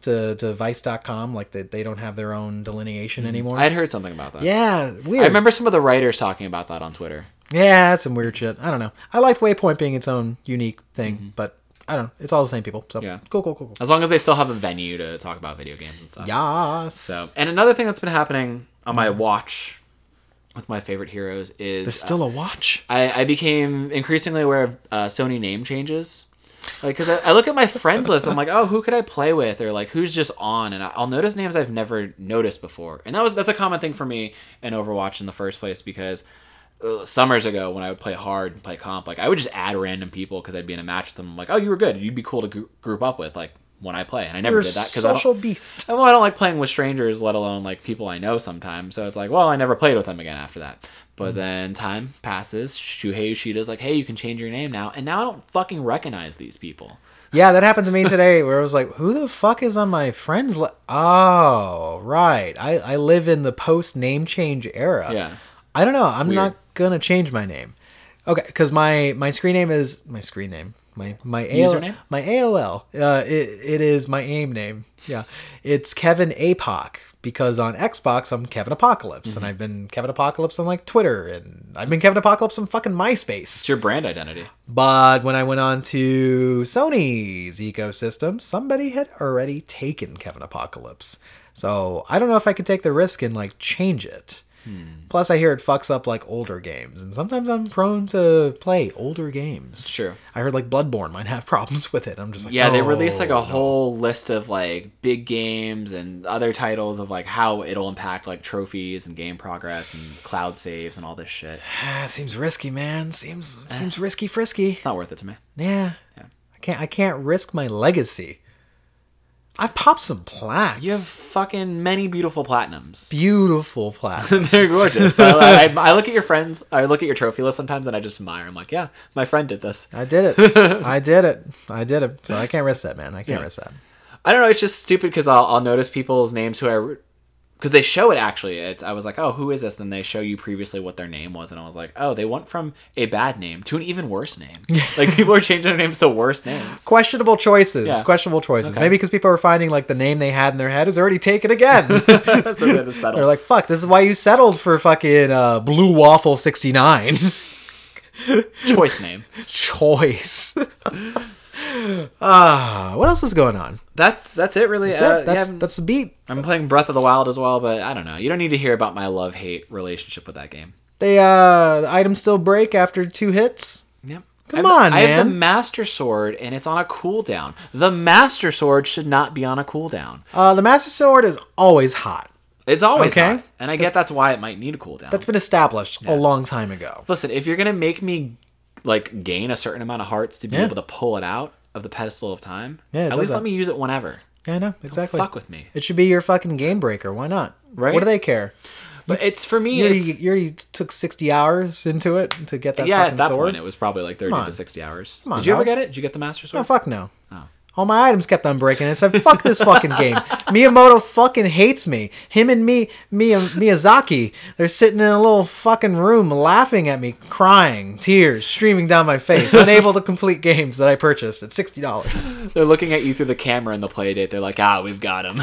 to to vice.com like they, they don't have their own delineation anymore.
Mm-hmm. I had heard something about that.
yeah, weird.
I remember some of the writers talking about that on Twitter.
Yeah, that's some weird shit. I don't know. I liked Waypoint being its own unique thing, but I don't know. It's all the same people. So
Mm-hmm. Yeah.
cool, cool, cool, cool.
As long as they still have a venue to talk about video games and stuff.
Yas.
Uh, So, and another thing that's been happening on
Mm-hmm.
my watch with my favorite heroes is
There's
uh,
still a watch.
I, I became increasingly aware of uh, Sony name changes. Like, because I, I look at my friends list, I'm like, oh, who could I play with, or like, who's just on, and I- I'll notice names I've never noticed before, and that was that's a common thing for me in Overwatch in the first place because uh, summers ago when I would play hard and play comp, like I would just add random people because I'd be in a match with them, I'm like, oh, you were good, you'd be cool to gr- group up with, like when I play, and I never
You're a
did that because I don't,
social beast.
well, I don't like playing with strangers, let alone like people I know sometimes. So it's like, well, I never played with them again after that. But
Hmm.
then time passes. Shuhei Yoshida's like, hey, you can change your name now. And now I don't fucking recognize these people.
Yeah, that happened to me today where I was like, who the fuck is on my friends list? Oh, right. I, I live in the post name change era.
Yeah.
I don't know. I'm
weird.
not gonna change my name. Okay, because my my screen name is my screen name. My my AOL,
Username?
My AOL. Uh, it, it is my AIM name. Yeah, it's Kevin Apoc because on Xbox I'm Kevin Apocalypse,
Mm-hmm.
and I've been Kevin Apocalypse on like Twitter, and I've been Kevin Apocalypse on fucking MySpace.
It's your brand identity.
But when I went on to Sony's ecosystem, somebody had already taken Kevin Apocalypse. So I don't know if I could take the risk and like change it.
Hmm.
Plus, I hear it fucks up like older games, and sometimes I'm prone to play older games.
true.
I heard like Bloodborne might have problems with it. I'm just like,
Yeah, they
"Oh,
released like a
no."
whole list of like big games and other titles of like how it'll impact like trophies and game progress and cloud saves and all this shit.
Ah, seems risky, man. Seems
Eh.
seems risky, frisky.
It's not worth it to me.
Yeah. I can't. I can't risk my legacy. I popped some plaques.
You have fucking many beautiful platinums.
beautiful plaques.
They're gorgeous. I, I, I look at your friends. I look at your trophy list sometimes, and I just admire. I'm like, yeah, my friend did this.
I did it. I did it. I did it. So I can't risk that, man. I can't risk that.
I don't know. It's just stupid because I'll, I'll notice people's names who I because they show it actually. It's I was like, oh, who is this? Then they show you previously what their name was, and I was like, oh, they went from a bad name to an even worse name. like people are changing their names to worse names.
Questionable choices.
Yeah.
Questionable choices.
Okay.
Maybe because people are finding like the name they had in their head is already taken again.
That's the way to settle.
They're like, fuck, this is why you settled for fucking uh, Blue Waffle 69.
Choice name.
Choice. Ah, what else is going on?
That's that's it really.
That's
Uh,
it. That's
yeah, I'm-
that's the beat.
I'm playing Breath of the Wild as well, but I don't know. You don't need to hear about my love hate relationship with that game.
They uh, the items still break after two hits.
Yep.
Come
I have,
on,
I have the
man.
Master Sword, and it's on a cooldown. The Master Sword should not be on a cooldown.
Uh, the Master Sword is always hot.
It's always
Okay.
on, and I get that's why it might need a cooldown.
That's been established a long time ago.
Listen, if you're gonna make me like gain a certain amount of hearts to be
Yeah.
able to pull it out of the pedestal of time,
Yeah, it
at
does
least
that.
let me use it whenever.
Yeah, I know exactly.
Fuck with me.
It should be your fucking game breaker. Why not?
Right?
What do they care?
But it's for me.
You already,
it's-
you already took sixty hours into it to get that
yeah,
fucking
at that
sword.
point, it was probably like thirty to
on.
sixty hours.
on
Did you ever
now.
get it? Did you get the Master Sword?
No, fuck no.
Oh.
All my items kept on breaking. I said, "Fuck this fucking game." Miyamoto fucking hates me. Him and me, Miya, Miyazaki, they're sitting in a little fucking room, laughing at me, crying, tears streaming down my face, unable to complete games that I purchased at sixty dollars.
They're looking at you through the camera in the play date. They're like, ah, we've got him.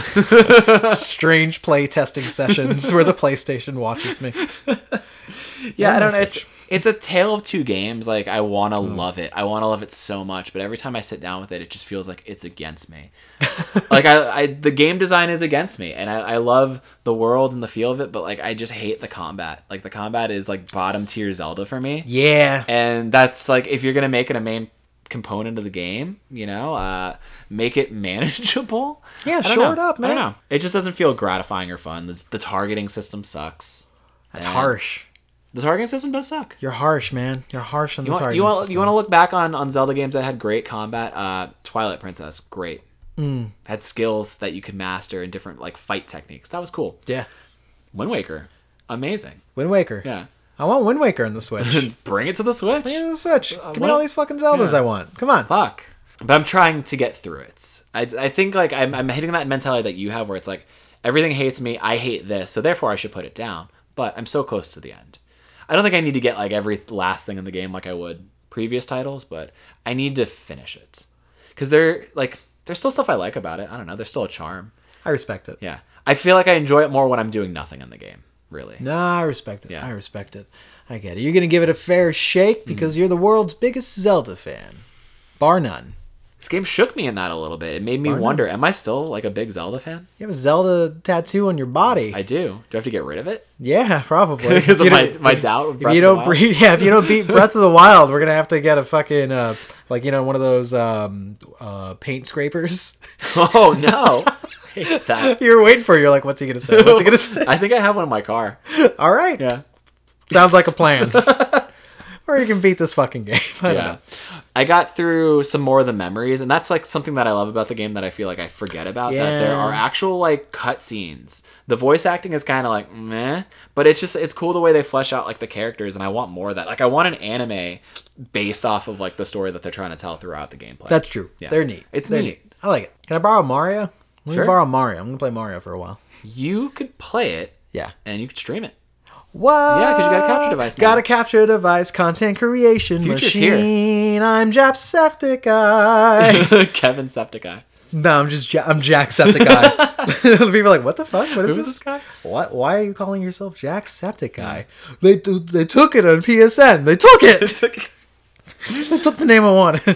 Strange play testing sessions where the PlayStation watches me.
yeah, I
I'm
don't
on
know. It's it's a tale of two games. Like I want
Oh.
to love it. I want to love it so much, but every time I sit down with it, it just feels like it's against me. like I, I, the game design is against me, and I, I love the world and the feel of it, but like I just hate the combat. Like the combat is like bottom tier Zelda for me.
Yeah,
and that's like if you're gonna make it a main component of the game you know uh make it manageable
Yeah,
I don't
shore
know.
it up,
I
man.
don't know. it just doesn't feel gratifying or fun the, the targeting system sucks
that's
And
harsh.
the targeting system does suck
You're harsh, man. You're harsh on the
you want,
targeting
you, want,
system.
you want to look back on on zelda games that had great combat uh twilight princess great had skills that you could master and different like fight techniques that was cool
yeah,
wind waker amazing
Wind Waker.
yeah
I want Wind Waker on the Switch.
bring it to the switch
Give me the Switch. Give me
what-
all these fucking Zeldas
Uh, Yeah.
I want. Come on.
fuck. But I'm trying to get through it. I, I think like I'm, I'm hitting that mentality that you have where it's like everything hates me. I hate this, so therefore I should put it down. But I'm so close to the end. I don't think I need to get like every last thing in the game like I would previous titles, but I need to finish it because there like there's still stuff I like about it. I don't know. There's still a charm.
I respect it.
Yeah, I feel like I enjoy it more when I'm doing nothing in the game. Really.
No, I respect it.
Yeah. Mm-hmm.
I respect it. I get it. You're gonna give it a fair shake because you're the world's biggest Zelda fan, bar none.
This game shook me in that a little bit. It made me wonder: Am I still like a big Zelda fan?
You have a Zelda tattoo on your body.
I do. Do I have to get rid of it?
yeah, probably. If
Because of
you
my,
don't-
my doubt. Of
If you don't breed, yeah. If you don't beat Breath of the Wild, we're gonna have to get a fucking uh, like you know one of those um, uh, paint scrapers.
Oh no! I hate that.
you're waiting for. it. You're like, what's he gonna say? What's he gonna say?
I think I have one in my car.
All right,
Yeah.
sounds like a plan. or you can beat this fucking game. I don't know.
Yeah. I got through some more of the memories, and that's like something that I love about the game that I feel like I forget about. That there
Yeah.
are actual like cutscenes. The voice acting is kind of like meh, but it's just it's cool the way they flesh out like the characters, and I want more of that. Like I want an anime based off of like the story that they're trying to tell throughout the gameplay.
That's true.
Yeah.
They're neat.
It's
They're
neat.
I like it. Can I borrow Mario? Let
Sure.
me borrow Mario. I'm gonna play Mario for a while.
you could play it
Yeah.
and you could stream it.
What? Yeah,
'cause you got a capture device now.
Got a capture device. Content creation
Future's here.
machine. I'm Japsepticeye.
Kevin Septiceye.
no, I'm just ja- I'm Jacksepticeye. People are like, what the fuck? What is this?
Who's this guy?
What? Why are you calling yourself Jacksepticeye? They t- they took it on PSN. They took it. they took the name I wanted.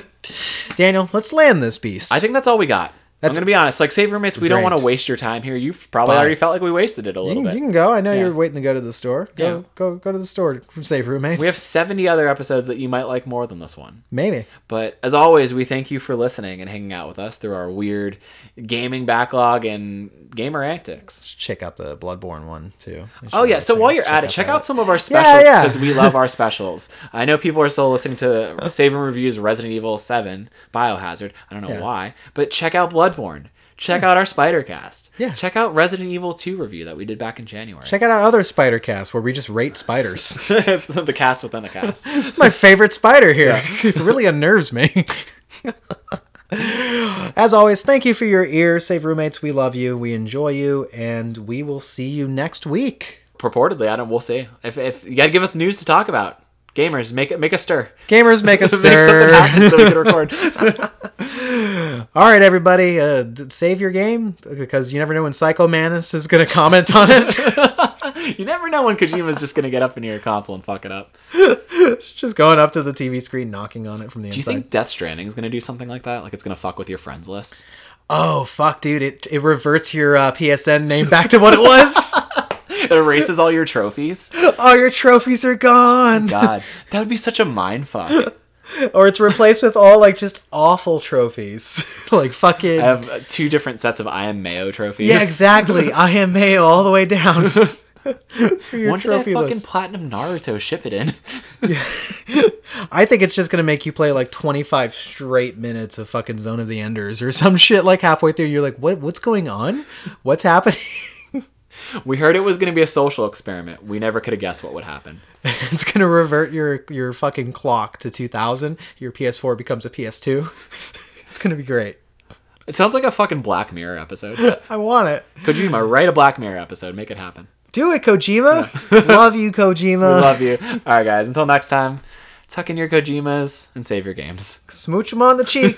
Daniel, let's land this beast.
I think that's all we got. I'm
That's-
gonna be honest. Like save roommates, we don't
Drained.
want to waste your time here. You've probably
Bye.
already felt like we wasted it a
You
little
can,
bit.
you can go. I know
Yeah.
you're waiting to go to the store. Go,
Yeah.
go, go to the store. Save roommates.
We have 70 other episodes that you might like more than this one.
maybe.
But as always, we thank you for listening and hanging out with us through our weird gaming backlog and gamer antics.
Let's check out the Bloodborne one too. We should
Oh yeah, so
check-
while you're at it, check
that.
out some of our specials
yeah.
because we love our specials. I know people are still listening to Save and Reviews Resident Evil 7, Biohazard. I don't know
Yeah.
why, but check out Bloodborne. Check out our Spidercast.
Yeah.
Check out Resident Evil 2 review that we did back in January.
Check out our other spider cast where we just rate spiders. this
it's the cast within the cast.
is my favorite spider here. it really unnerves me. As always, thank you for your ear. Save roommates. We love you. We enjoy you, and we will see you next week.
Purportedly, I don't. We'll see. If, if you gotta give us news to talk about, gamers, make it make a stir.
Gamers make a
Make something
stir.
happen so we can record.
All right, everybody, uh, d- save your game because you never know when Psycho Manus is going to comment on it.
you never know when Kojima's just gonna get up into your console and fuck it up.
It's just going up to the TV screen, knocking on it from the
Do you
inside.
think Death Stranding is gonna do something like that? Like it's gonna fuck with your friends list?
oh fuck, dude! It it reverts your uh, PSN name back to what it was.
It erases all your trophies.
all your trophies are gone,
God, that would be such a mind fuck.
or it's replaced with all like just awful trophies, like fucking.
I have uh, two different sets of I am Mayo trophies.
yeah, exactly. I am Mayo all the way down. For your
When should I
trophy
fucking
list.
platinum Naruto ship it in?
I think it's just gonna make you play like 25 straight minutes of fucking Zone of the Enders or some shit. Like halfway through, you're like, what? What's going on? What's happening?
we heard it was gonna be a social experiment. We never could have guessed what would happen.
it's gonna revert your your fucking clock to 2000. Your PS4 becomes a PS2. it's gonna be great.
It sounds like a fucking Black Mirror episode.
I want it.
Kojima, write a Black Mirror episode. Make it happen.
Do it, Kojima. Love you, Kojima.
Love you. All right, guys. Until next time, tuck in your Kojimas and save your games.
Smooch him on the cheek.